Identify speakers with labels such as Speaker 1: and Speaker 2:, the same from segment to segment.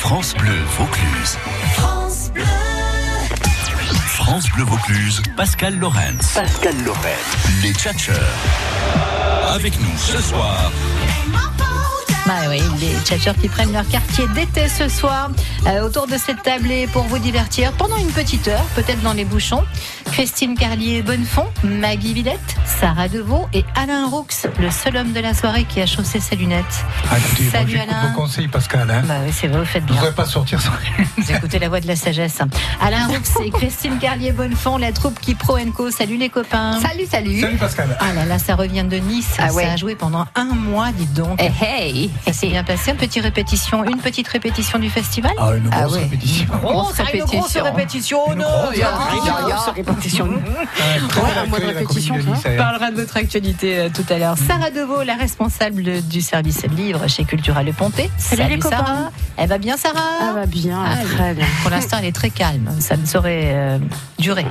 Speaker 1: France Bleu Vaucluse. France Bleu. France Bleu Vaucluse, Pascal Lorenz.
Speaker 2: Pascal Lorenz.
Speaker 1: Les Tchatcheurs. Avec nous ce soir.
Speaker 3: Bah oui, les tchatcheurs qui prennent leur quartier d'été ce soir euh, autour de cette tablée pour vous divertir pendant une petite heure, peut-être dans les bouchons. Christine Carlier Bonnefond, Maggie Villette, Sarah Deveau et Alain Roux, le seul homme de la soirée qui a chaussé ses lunettes.
Speaker 4: Ah, écoutez, Salut moi, Alain. vos conseils Pascal. Hein
Speaker 3: bah oui, c'est vrai, vous faites bien.
Speaker 4: Vous ne pas sortir sans
Speaker 3: Vous écoutez la voix de la sagesse. Alain Roux et Christine Carlier Bonnefond, la troupe qui pro Co. Salut les copains.
Speaker 5: Salut, salut.
Speaker 4: Salut Pascal.
Speaker 3: Ah là là, ça revient de Nice. Ah, ça ouais. a joué pendant un mois, dites donc.
Speaker 5: Hey, hey.
Speaker 3: Ça s'est bien passé, une petite répétition, une petite répétition du festival.
Speaker 4: Ah, une grosse ah ouais. répétition.
Speaker 3: Une grosse
Speaker 4: ah,
Speaker 3: répétition. Une Oh, grosse répétition.
Speaker 4: Une grosse
Speaker 5: répétition.
Speaker 3: On parlera de votre actualité euh, tout à l'heure. Sarah Deveau, la responsable du service livre chez Cultura Le Pontet.
Speaker 6: Salut, Salut les copains.
Speaker 3: Sarah. Elle va Eh ben, bien, Sarah
Speaker 6: Elle
Speaker 5: bah,
Speaker 6: va bien, ah, très bien.
Speaker 3: Pour l'instant, elle est très calme. Ça ne saurait euh, durer.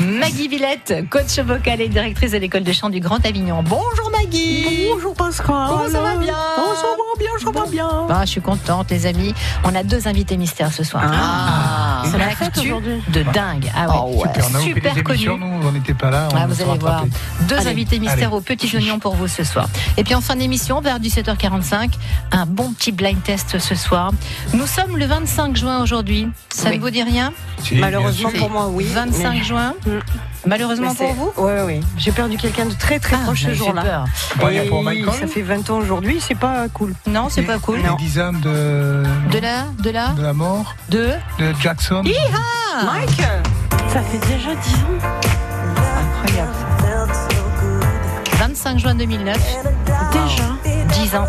Speaker 3: Maggie Villette, coach vocale et directrice de l'école de chant du Grand Avignon. Bonjour Maggie.
Speaker 6: Bonjour Pascal.
Speaker 3: Comment ça va bien
Speaker 6: oh, ça va bien, ça va bien.
Speaker 3: Bah, je suis contente les amis. On a deux invités mystères ce soir.
Speaker 5: Ah,
Speaker 3: c'est la fête de dingue. Ah ouais.
Speaker 4: Oh, ouais. Super, on a super des connu. Nous, on n'était pas là. On
Speaker 3: ah, vous allez voir. Deux allez, invités mystères allez. au petit oignon pour vous ce soir. Et puis en fin d'émission, vers 17h45, un bon petit blind test ce soir. Nous sommes le 25 juin aujourd'hui. Ça oui. ne vous dit rien
Speaker 6: si, Malheureusement pour moi, oui.
Speaker 3: 25 mais... juin. Malheureusement pour vous
Speaker 6: Oui, oui. J'ai perdu quelqu'un de très très ah, proche ce jour-là. Ça fait 20 ans aujourd'hui, c'est pas cool.
Speaker 3: Non, c'est pas cool.
Speaker 4: Les dizaines de.
Speaker 3: De la, de la.
Speaker 4: Euh, De la mort.
Speaker 3: De.
Speaker 4: De Jackson.
Speaker 3: Iha
Speaker 6: Mike Ça fait déjà 10 ans.
Speaker 3: Incroyable. 25 juin 2009.
Speaker 6: Déjà
Speaker 3: 10 ans.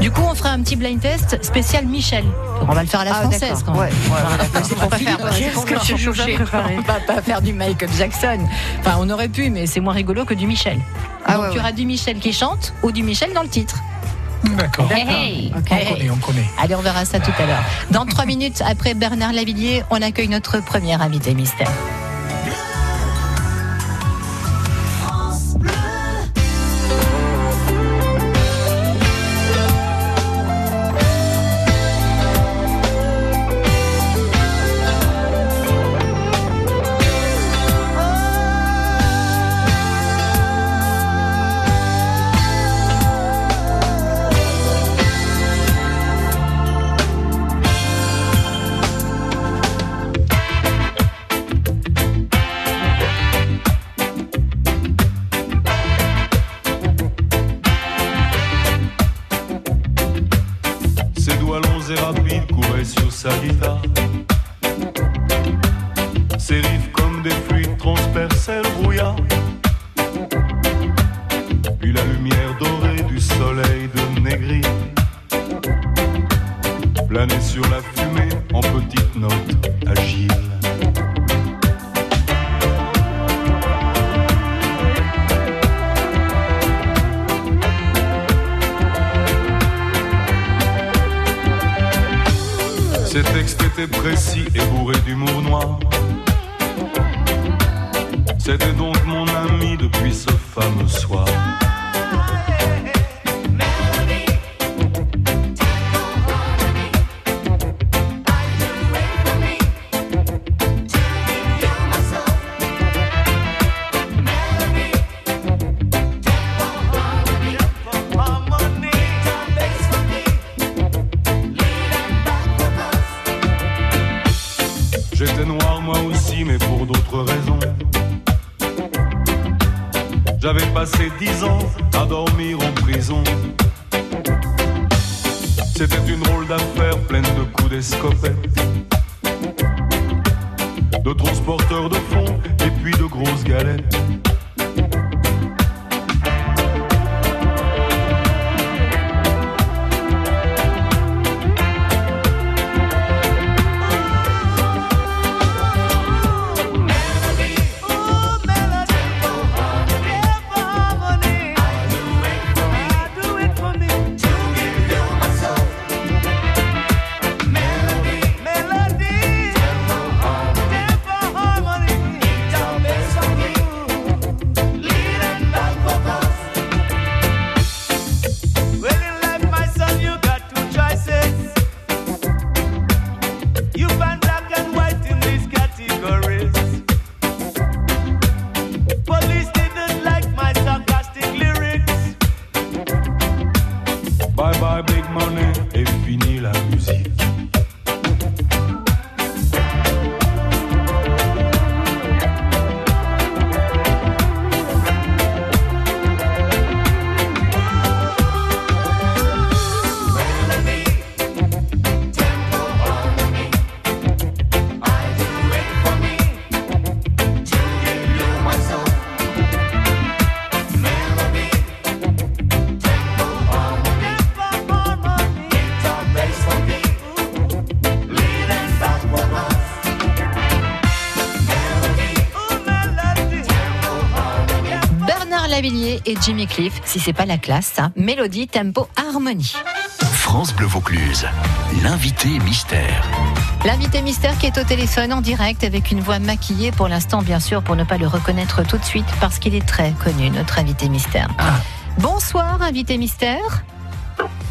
Speaker 3: Du coup, on fera un petit blind test spécial Michel. On va le faire à la
Speaker 6: ah,
Speaker 3: française quand même.
Speaker 6: Ouais, ouais,
Speaker 3: c'est pour pas faire, on va pas faire du Michael Jackson. Enfin, on aurait pu, mais c'est moins rigolo que du Michel. Ah, Donc, il ouais, y aura du Michel qui chante ou du Michel dans le titre.
Speaker 4: D'accord.
Speaker 3: Hey,
Speaker 4: okay. On connaît, on connaît.
Speaker 3: Allez, on verra ça tout à l'heure. Dans trois minutes, après Bernard Lavillier, on accueille notre première invité mystère.
Speaker 2: Bye bye big money et fini la musique.
Speaker 3: Bernard Lavillier et Jimmy Cliff, si c'est pas la classe, ça. Mélodie, tempo, harmonie.
Speaker 1: France Bleu Vaucluse, l'invité mystère.
Speaker 3: L'invité mystère qui est au téléphone en direct avec une voix maquillée pour l'instant, bien sûr, pour ne pas le reconnaître tout de suite parce qu'il est très connu, notre invité mystère. Bonsoir, invité mystère.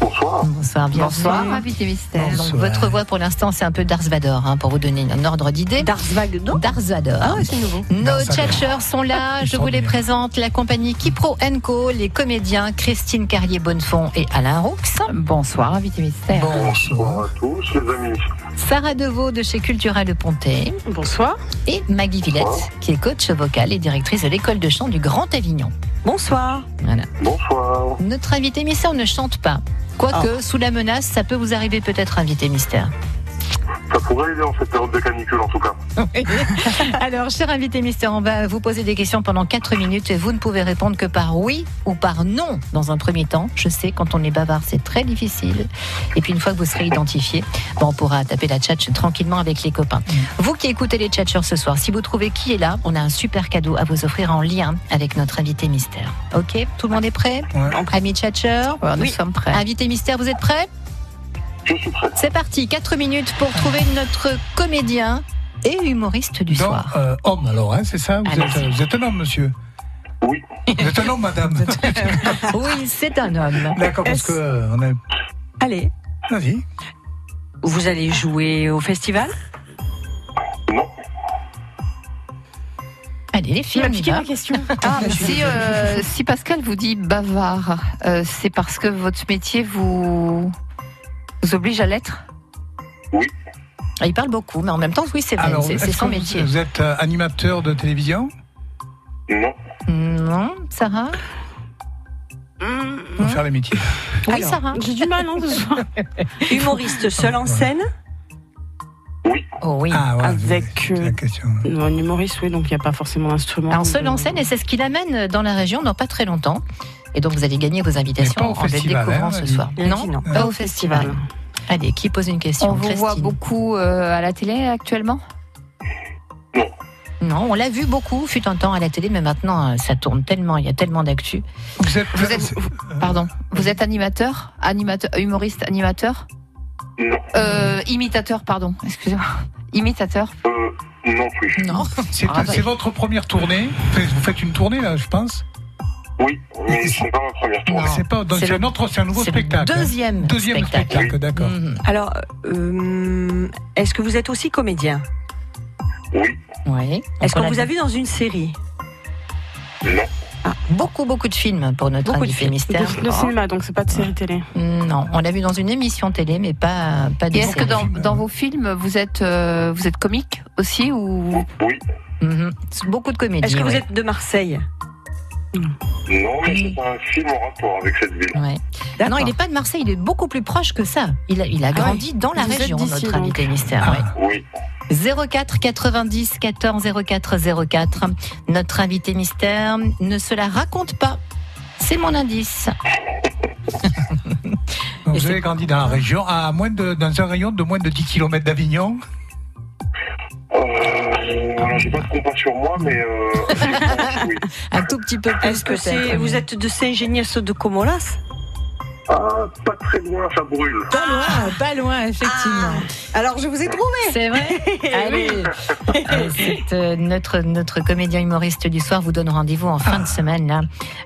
Speaker 7: Bonsoir.
Speaker 3: Bonsoir, bienvenue.
Speaker 5: Bonsoir.
Speaker 3: invité mystère.
Speaker 4: Bonsoir.
Speaker 3: Donc, votre voix pour l'instant, c'est un peu Darth Vader, hein, pour vous donner un ordre d'idée.
Speaker 6: Darsvag, non
Speaker 3: Darth Vader.
Speaker 6: Ah ouais, c'est nouveau.
Speaker 3: Nos
Speaker 4: Darth Vader.
Speaker 3: tchatcheurs sont là, je vous les présente, la compagnie Kipro Co, les comédiens Christine Carrier-Bonnefond et Alain Roux,
Speaker 5: Bonsoir, invité mystère.
Speaker 4: Bonsoir.
Speaker 7: Bonsoir à tous les amis.
Speaker 3: Sarah Deveau de chez Cultura Le Pontet,
Speaker 6: Bonsoir.
Speaker 3: et Maggie Villette, qui est coach vocale et directrice de l'école de chant du Grand Avignon.
Speaker 6: Bonsoir.
Speaker 3: Voilà.
Speaker 7: Bonsoir.
Speaker 3: Notre invité mystère ne chante pas. Quoique, sous la menace, ça peut vous arriver peut-être, invité mystère.
Speaker 7: Ça pourrait aider en cette période de canicule en tout cas.
Speaker 3: Alors, cher invité mystère, on va vous poser des questions pendant 4 minutes et vous ne pouvez répondre que par oui ou par non dans un premier temps. Je sais, quand on est bavard, c'est très difficile. Et puis, une fois que vous serez identifié, bon, on pourra taper la chat tranquillement avec les copains. Vous qui écoutez les tchatcheurs ce soir, si vous trouvez qui est là, on a un super cadeau à vous offrir en lien avec notre invité mystère. Ok Tout le monde est prêt
Speaker 4: Ouais.
Speaker 3: Amis tchatcheurs
Speaker 5: Alors, nous
Speaker 6: Oui.
Speaker 5: sommes prêts.
Speaker 3: Invité mystère, vous êtes prêts
Speaker 7: Je suis prêt.
Speaker 3: C'est parti, 4 minutes pour trouver notre comédien et humoriste du
Speaker 4: Non,
Speaker 3: soir. Ah,
Speaker 4: euh, homme alors, hein, c'est ça vous
Speaker 3: Allez.
Speaker 4: êtes, euh, vous êtes un homme, monsieur
Speaker 7: Oui.
Speaker 4: Vous êtes un homme, madame
Speaker 6: Euh,
Speaker 3: Oui, c'est un homme.
Speaker 4: D'accord, parce
Speaker 6: Est-ce-
Speaker 4: que. euh, on est...
Speaker 6: Allez.
Speaker 4: Vas-y.
Speaker 6: Vous allez jouer au festival
Speaker 7: Non.
Speaker 3: Allez, les filles, on y va.
Speaker 6: question. Ah, mais
Speaker 8: Si, euh, si Pascal vous dit bavard, euh, c'est parce que votre métier vous, vous oblige à l'être
Speaker 3: Il parle beaucoup, mais en même temps, oui, c'est vrai, c'est
Speaker 4: est-ce
Speaker 3: c'est son
Speaker 4: que vous-
Speaker 3: métier.
Speaker 4: Vous êtes euh, animateur de télévision
Speaker 7: Non.
Speaker 3: Non, Sarah
Speaker 4: Pour faire les métiers.
Speaker 3: Oui, Sarah.
Speaker 5: J'ai du mal, non, ce soir.
Speaker 6: hein, Humoriste seul en scène
Speaker 3: Oh oui.
Speaker 4: Ah, voilà,
Speaker 5: Avec,
Speaker 4: c'est
Speaker 5: euh,
Speaker 4: la question.
Speaker 5: Non, un humoriste, oui, donc il n'y a pas forcément d'instrument.
Speaker 3: Alors, seul en scène, et c'est ce qui l'amène dans la région dans pas très longtemps. Et donc, vous allez gagner vos invitations
Speaker 4: Mais pas au
Speaker 3: en les
Speaker 4: festival,
Speaker 3: découvrant
Speaker 4: hein,
Speaker 3: ce
Speaker 4: elle dit.
Speaker 3: soir.
Speaker 6: Elle
Speaker 3: Non,
Speaker 6: dit non.
Speaker 3: pas au festival. Allez, qui pose une question
Speaker 8: On vous
Speaker 3: Christine.
Speaker 8: voit beaucoup euh, à la télé actuellement
Speaker 3: Non, on l'a vu beaucoup, fut un temps à la télé, mais maintenant, euh, ça tourne tellement, il y a tellement d'actu.
Speaker 4: Vous êtes.
Speaker 8: Vous êtes-
Speaker 4: c'est-
Speaker 6: Euh.
Speaker 8: Pardon. Vous êtes animateur, animateur, humoriste, animateur,
Speaker 7: Non.
Speaker 8: Euh, imitateur, pardon. Excusez-moi. Imitateur.
Speaker 7: Euh, non plus.
Speaker 3: Non. ben.
Speaker 4: C'est
Speaker 8: Ah, bah.
Speaker 4: c'est votre première tournée. Enfin, Vous faites une tournée, là, je pense.
Speaker 7: Oui. Mais ce n'est pas ma première tournée.
Speaker 3: Non.
Speaker 4: C'est pas. Donc,
Speaker 3: C'est
Speaker 4: c'est
Speaker 3: le-
Speaker 4: un autre, c'est un nouveau
Speaker 3: C'est le
Speaker 4: spectacle. hein.
Speaker 3: Deuxième,
Speaker 4: Deuxième
Speaker 3: spectacle.
Speaker 4: spectacle, d'accord.
Speaker 3: Mhm.
Speaker 6: Alors, euh, est-ce que vous êtes aussi comédien
Speaker 7: Oui.
Speaker 3: Oui.
Speaker 6: Est-ce
Speaker 3: Donc,
Speaker 6: qu'on
Speaker 3: on
Speaker 6: vous
Speaker 3: l'a
Speaker 6: a vu dans une série
Speaker 7: Non.
Speaker 3: Ah, Beaucoup, beaucoup de films pour notre
Speaker 5: Beaucoup de
Speaker 3: invité
Speaker 5: films.
Speaker 3: mystère. Oh.
Speaker 5: De, de cinéma, donc c'est pas de série télé.
Speaker 3: Non, on l'a vu dans une émission télé, mais pas, pas de
Speaker 8: Et est-ce que
Speaker 3: série.
Speaker 8: dans,
Speaker 4: film,
Speaker 8: dans
Speaker 4: oui.
Speaker 8: vos films, vous êtes, euh, vous êtes comique aussi ou
Speaker 7: Oui.
Speaker 3: Mhm. C'est Beaucoup de comédies.
Speaker 6: Est-ce que vous
Speaker 3: ouais.
Speaker 6: êtes de Marseille
Speaker 7: Non, mais c'est un film en rapport avec cette ville.
Speaker 3: Ouais. Non,
Speaker 6: D'accord.
Speaker 3: il n'est pas de Marseille, il est beaucoup plus proche que ça. Il a, il a grandi dans la
Speaker 5: Ah Vous êtes
Speaker 3: région,
Speaker 5: d'ici,
Speaker 3: notre
Speaker 5: donc.
Speaker 3: invité mystère.
Speaker 4: Ah.
Speaker 3: ouais.
Speaker 7: Oui.
Speaker 3: 04 90 14 04 04. Notre invité mystère ne se la raconte pas. C'est mon indice.
Speaker 4: Donc,
Speaker 3: Et
Speaker 4: vous
Speaker 3: c'est-
Speaker 4: avez grandi dans la région, à moins de, dans un rayon de moins de 10 km d'Avignon.
Speaker 7: Euh, alors, j'ai pas de compas sur moi, mais euh, oui.
Speaker 3: Un tout petit peu plus.
Speaker 6: Est-ce que c'est
Speaker 3: peut-être.
Speaker 6: vous êtes de Saint-Géniès de Comolas
Speaker 7: Ah, pas très loin, ça brûle.
Speaker 3: pas loin, pas loin, effectivement.
Speaker 6: Ah. Alors je vous ai trouvé.
Speaker 3: C'est vrai
Speaker 5: Eh
Speaker 3: Allez Euh, c'est, euh, notre, notre comédien humoriste du soir vous donne rendez-vous en fin de semaine, là,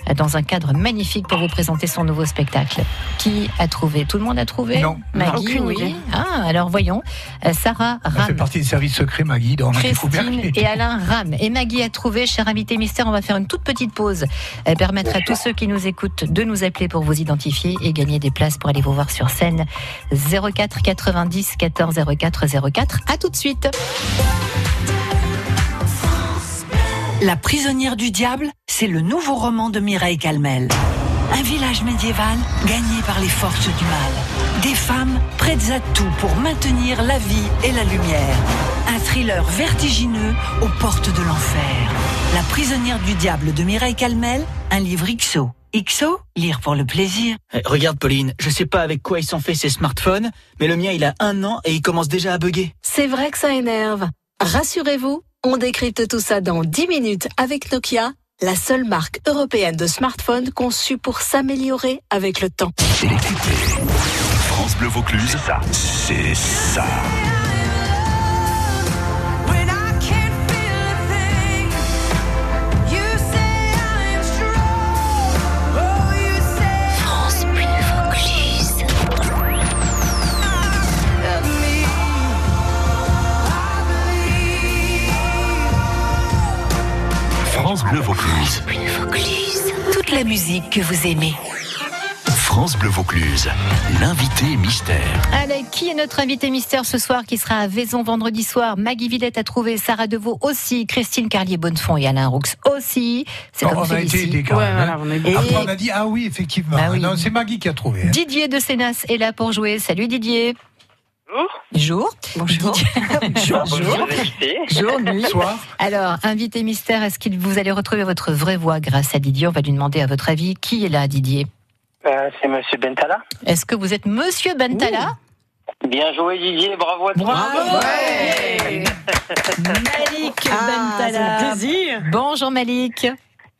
Speaker 3: euh, dans un cadre magnifique pour vous présenter son nouveau spectacle. Qui a trouvé Tout le monde a trouvé
Speaker 4: Non.
Speaker 3: Maggie,
Speaker 5: Aucune
Speaker 3: oui.
Speaker 5: idée.
Speaker 3: Ah, alors voyons. Euh, Sarah
Speaker 4: Elle fait
Speaker 3: Ram.
Speaker 4: partie des services secrets, Maggie, dans la
Speaker 3: Christine et Alain Ram. Et Maggie a trouvé, cher invité mystère, on va faire une toute petite pause. Elle permettra à tous ceux qui nous écoutent de nous appeler pour vous identifier et et gagner des places pour aller vous voir sur scène. 04 90 14 04 04. À tout de suite.
Speaker 6: La prisonnière du diable, c'est le nouveau roman de Mireille Calmel. Un village médiéval gagné par les forces du mal. Des femmes prêtes à tout pour maintenir la vie et la lumière. Un thriller vertigineux aux portes de l'enfer. La prisonnière du diable de Mireille Calmel, un livre XO. XO, lire pour le plaisir.
Speaker 9: Eh, regarde Pauline, je sais pas avec quoi ils sont faits ces smartphones, mais le mien il a un an et il commence déjà à bugger.
Speaker 10: C'est vrai que ça énerve. Rassurez-vous, on décrypte tout ça dans 10 minutes avec Nokia, la seule marque européenne de smartphone conçue pour s'améliorer avec le temps.
Speaker 1: France Bleu Vaucluse, c'est ça. France Bleu Vaucluse.
Speaker 6: Toute la musique que vous aimez.
Speaker 1: France Bleu Vaucluse, l'invité mystère.
Speaker 3: Allez, qui est notre invité mystère ce soir qui sera à Vaison vendredi soir Maggie Villette a trouvé, Sarah Deveau aussi, Christine Carlier-Bonnefond et Alain Roux aussi. C'est
Speaker 4: Bon,
Speaker 3: comme
Speaker 4: on a été
Speaker 3: celui-ci.
Speaker 4: aidés quand même, hein.
Speaker 3: aidés.
Speaker 4: Après, on a dit ah oui, effectivement.
Speaker 3: Ah oui.
Speaker 4: Non, c'est Maggie qui a trouvé. hein.
Speaker 3: Didier de Sénas est là pour jouer. Salut Didier. Bonjour. Bonjour. Bonjour. Bonjour. Bonjour. nuit.
Speaker 4: Soir.
Speaker 3: Alors, invité mystère, est-ce que vous allez retrouver votre vraie voix grâce à Didier On va lui demander à votre avis qui est là, Didier.
Speaker 7: Euh, c'est Monsieur Bentala.
Speaker 3: Est-ce que vous êtes Monsieur Bentala
Speaker 7: Bien joué Didier, bravo à toi.
Speaker 3: Bravo.
Speaker 7: Ouais.
Speaker 3: Malik Bentala. Bonjour Malik.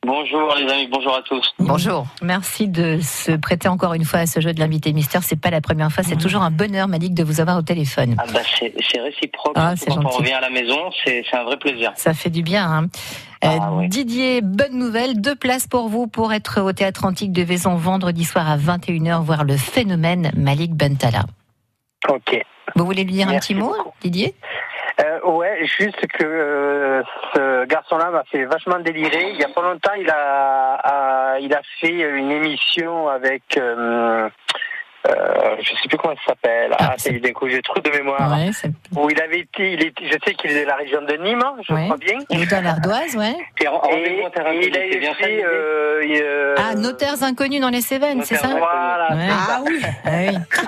Speaker 7: Bonjour les amis, bonjour à tous.
Speaker 3: Bonjour. Merci de se prêter encore une fois à ce jeu de l'invité mystère. C'est pas la première fois, c'est toujours un bonheur, Malik, de vous avoir au téléphone.
Speaker 7: Mm-hmm. Ah bah c'est c'est réciproque.
Speaker 3: Ah,
Speaker 7: surtout
Speaker 3: c'est
Speaker 7: quand on
Speaker 3: gentil.
Speaker 7: revient à la maison, c'est c'est un vrai plaisir.
Speaker 3: Ça fait du bien. hein. Euh,
Speaker 7: Ah,
Speaker 3: Didier, bonne nouvelle, deux places pour vous pour être au Théâtre Antique de Vaison vendredi soir à 21h, voir le phénomène Malik Bentala.
Speaker 7: Ok.
Speaker 3: Vous voulez lui dire
Speaker 7: Merci
Speaker 3: un petit mot, Didier
Speaker 7: Euh, ouais, juste que euh, ce garçon-là m'a fait vachement délirer. Il y a pas longtemps, il a, a- il a fait une émission avec, euh, euh, je sais plus comment ça s'appelle. Ah, ça y est, d'un coup, j'ai le trou de mémoire.
Speaker 3: Ouais, c'est-
Speaker 7: Où il avait été, il était, je sais qu'il est de la région de Nîmes, hein, je crois bien.
Speaker 3: Il est dans l'ardoise, ouais.
Speaker 7: Et, et il avait fait, euh, il, euh,
Speaker 3: Ah, notaires inconnus dans les Cévennes, c'est ça
Speaker 7: Voilà, c'est
Speaker 3: Ouais.
Speaker 7: ça.
Speaker 3: Ah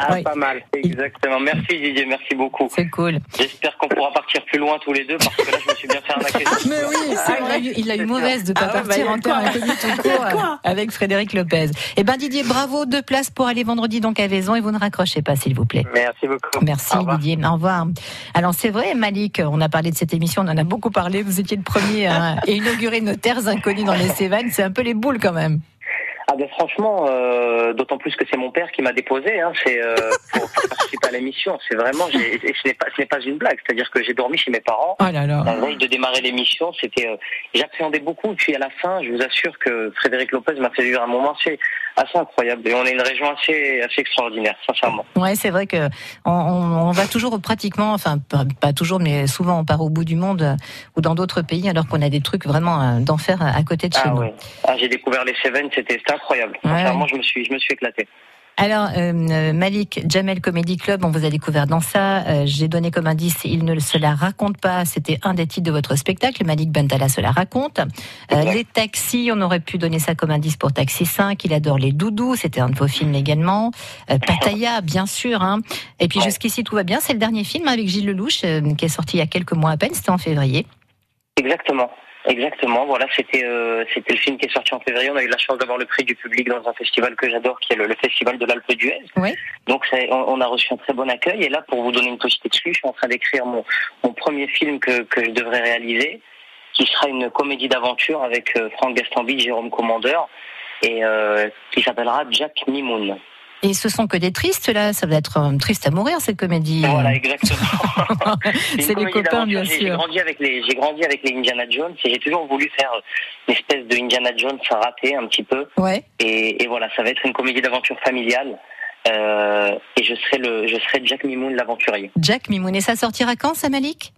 Speaker 3: oui.
Speaker 7: Ah, pas mal, exactement. Merci Didier, merci beaucoup.
Speaker 3: C'est cool.
Speaker 7: J'espère qu'on pourra partir plus loin tous les deux parce que là, je me suis bien fait arnaquer.
Speaker 3: Mais oui, c'est vrai, Ah, il a eu mauvaise de ne pas
Speaker 7: Ah ouais, bah, il
Speaker 3: partir
Speaker 7: y a
Speaker 3: en terre
Speaker 7: quoi
Speaker 3: inconnue tout
Speaker 7: Il y a
Speaker 3: court
Speaker 7: quoi
Speaker 3: euh, avec Frédéric Lopez. Eh ben Didier, bravo, deux places pour aller vendredi donc à Vaison et vous ne raccrochez pas s'il vous plaît.
Speaker 7: Merci beaucoup.
Speaker 3: Merci Didier, au revoir. Alors c'est vrai Malik, on a parlé de cette émission, on en a beaucoup parlé, vous étiez le premier à inaugurer nos terres inconnues dans les Cévennes, c'est un peu les boules quand même.
Speaker 7: Ah ben franchement, euh, d'autant plus que c'est mon père qui m'a déposé. Hein, c'est euh, pour, pour participer à l'émission. C'est vraiment, j'ai- et ce n'est pas, ce n'est pas une blague. C'est-à-dire que j'ai dormi chez mes parents.
Speaker 3: Oh là là.
Speaker 7: La veille de démarrer l'émission, c'était, euh, j'appréhendais beaucoup. Puis à la fin, je vous assure que Frédéric Lopez m'a fait vivre un moment assez, assez incroyable. Et on est une région assez, assez extraordinaire, sincèrement.
Speaker 3: Ouais, c'est vrai que on, on- on va toujours pratiquement, enfin pas, pas toujours, mais souvent on part au bout du monde euh, ou dans d'autres pays alors qu'on a des trucs vraiment euh, d'enfer à à côté de chez
Speaker 7: Ah
Speaker 3: nous.
Speaker 7: ouais. Ah, j'ai découvert les Cévennes, c'était, c'était incroyable.
Speaker 3: Ouais,
Speaker 7: Sincèrement, je me suis, je me suis éclaté.
Speaker 3: Alors, euh, euh, Malik, Jamel Comedy Club, on vous a découvert dans ça. Euh, J'ai donné comme indice, il ne se la raconte pas. C'était un des titres de votre spectacle. Malik Bentala se la raconte. Euh, les taxis, on aurait pu donner ça comme indice pour Taxi 5. Il adore les doudous. C'était un de vos films également. Euh, Pattaya, bien sûr. hein. Et puis jusqu'ici, tout va bien. C'est le dernier film avec Gilles Lelouch euh, qui est sorti il y a quelques mois à peine. C'était en février.
Speaker 7: Exactement. Exactement, voilà, c'était euh, c'était le film qui est sorti en février. On a eu la chance d'avoir le prix du public dans un festival que j'adore, qui est le, le festival de l'Alpe d'Huez.
Speaker 3: Oui.
Speaker 7: Donc c'est- on, on a reçu un très bon accueil. Et là, pour vous donner une petite excuse, je suis en train d'écrire mon, mon premier film que, que je devrais réaliser, qui sera une comédie d'aventure avec euh, Franck Gastambide, Jérôme Commandeur, et euh, qui s'appellera Jack Mimoun.
Speaker 3: Et ce sont que des tristes, là. Ça va être euh, triste à mourir, cette comédie. euh.
Speaker 7: Voilà, exactement.
Speaker 3: C'est
Speaker 7: une
Speaker 3: les
Speaker 7: comédie
Speaker 3: copains,
Speaker 7: d'aventure.
Speaker 3: bien
Speaker 7: J'ai-
Speaker 3: sûr.
Speaker 7: J'ai grandi avec les, j'ai grandi avec les Indiana Jones et j'ai toujours voulu faire euh, une espèce de Indiana Jones raté un petit peu.
Speaker 3: Ouais.
Speaker 7: Et, et voilà, ça va être une comédie d'aventure familiale. Euh, et je serai le, je serai Jack Mimoun l'aventurier.
Speaker 3: Jack Mimoun. Et ça sortira quand, ça, Malik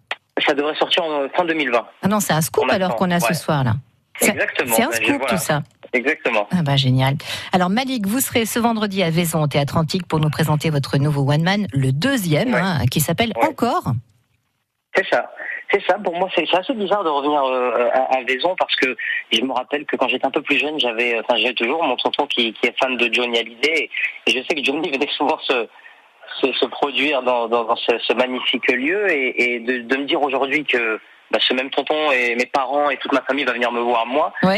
Speaker 7: Ça devrait sortir en euh, fin 2020.
Speaker 3: Ah non, c'est un scoop
Speaker 7: On
Speaker 3: alors
Speaker 7: attend,
Speaker 3: qu'on a ce
Speaker 7: ouais.
Speaker 3: soir là. C'est-
Speaker 7: Exactement.
Speaker 3: C'est un
Speaker 7: Ben, je-
Speaker 3: scoop
Speaker 7: voilà.
Speaker 3: tout ça.
Speaker 7: Exactement.
Speaker 3: Ah bah génial. Alors Malik, vous serez ce vendredi à Vaison au Théâtre Antique pour nous présenter votre nouveau One Man, le deuxième, hein, qui s'appelle Encore.
Speaker 7: C'est ça. C'est ça. Pour moi, c'est c'est assez bizarre de revenir euh, à, à Vaison parce que je me rappelle que quand j'étais un peu plus jeune, j'avais, euh, enfin, j'ai toujours mon tonton qui, qui est fan de Johnny Hallyday et je sais que Johnny venait souvent se se, se produire dans, dans, dans ce, ce magnifique lieu et, et de, de me dire aujourd'hui que bah, ce même tonton et mes parents et toute ma famille va venir me voir moi. Bah,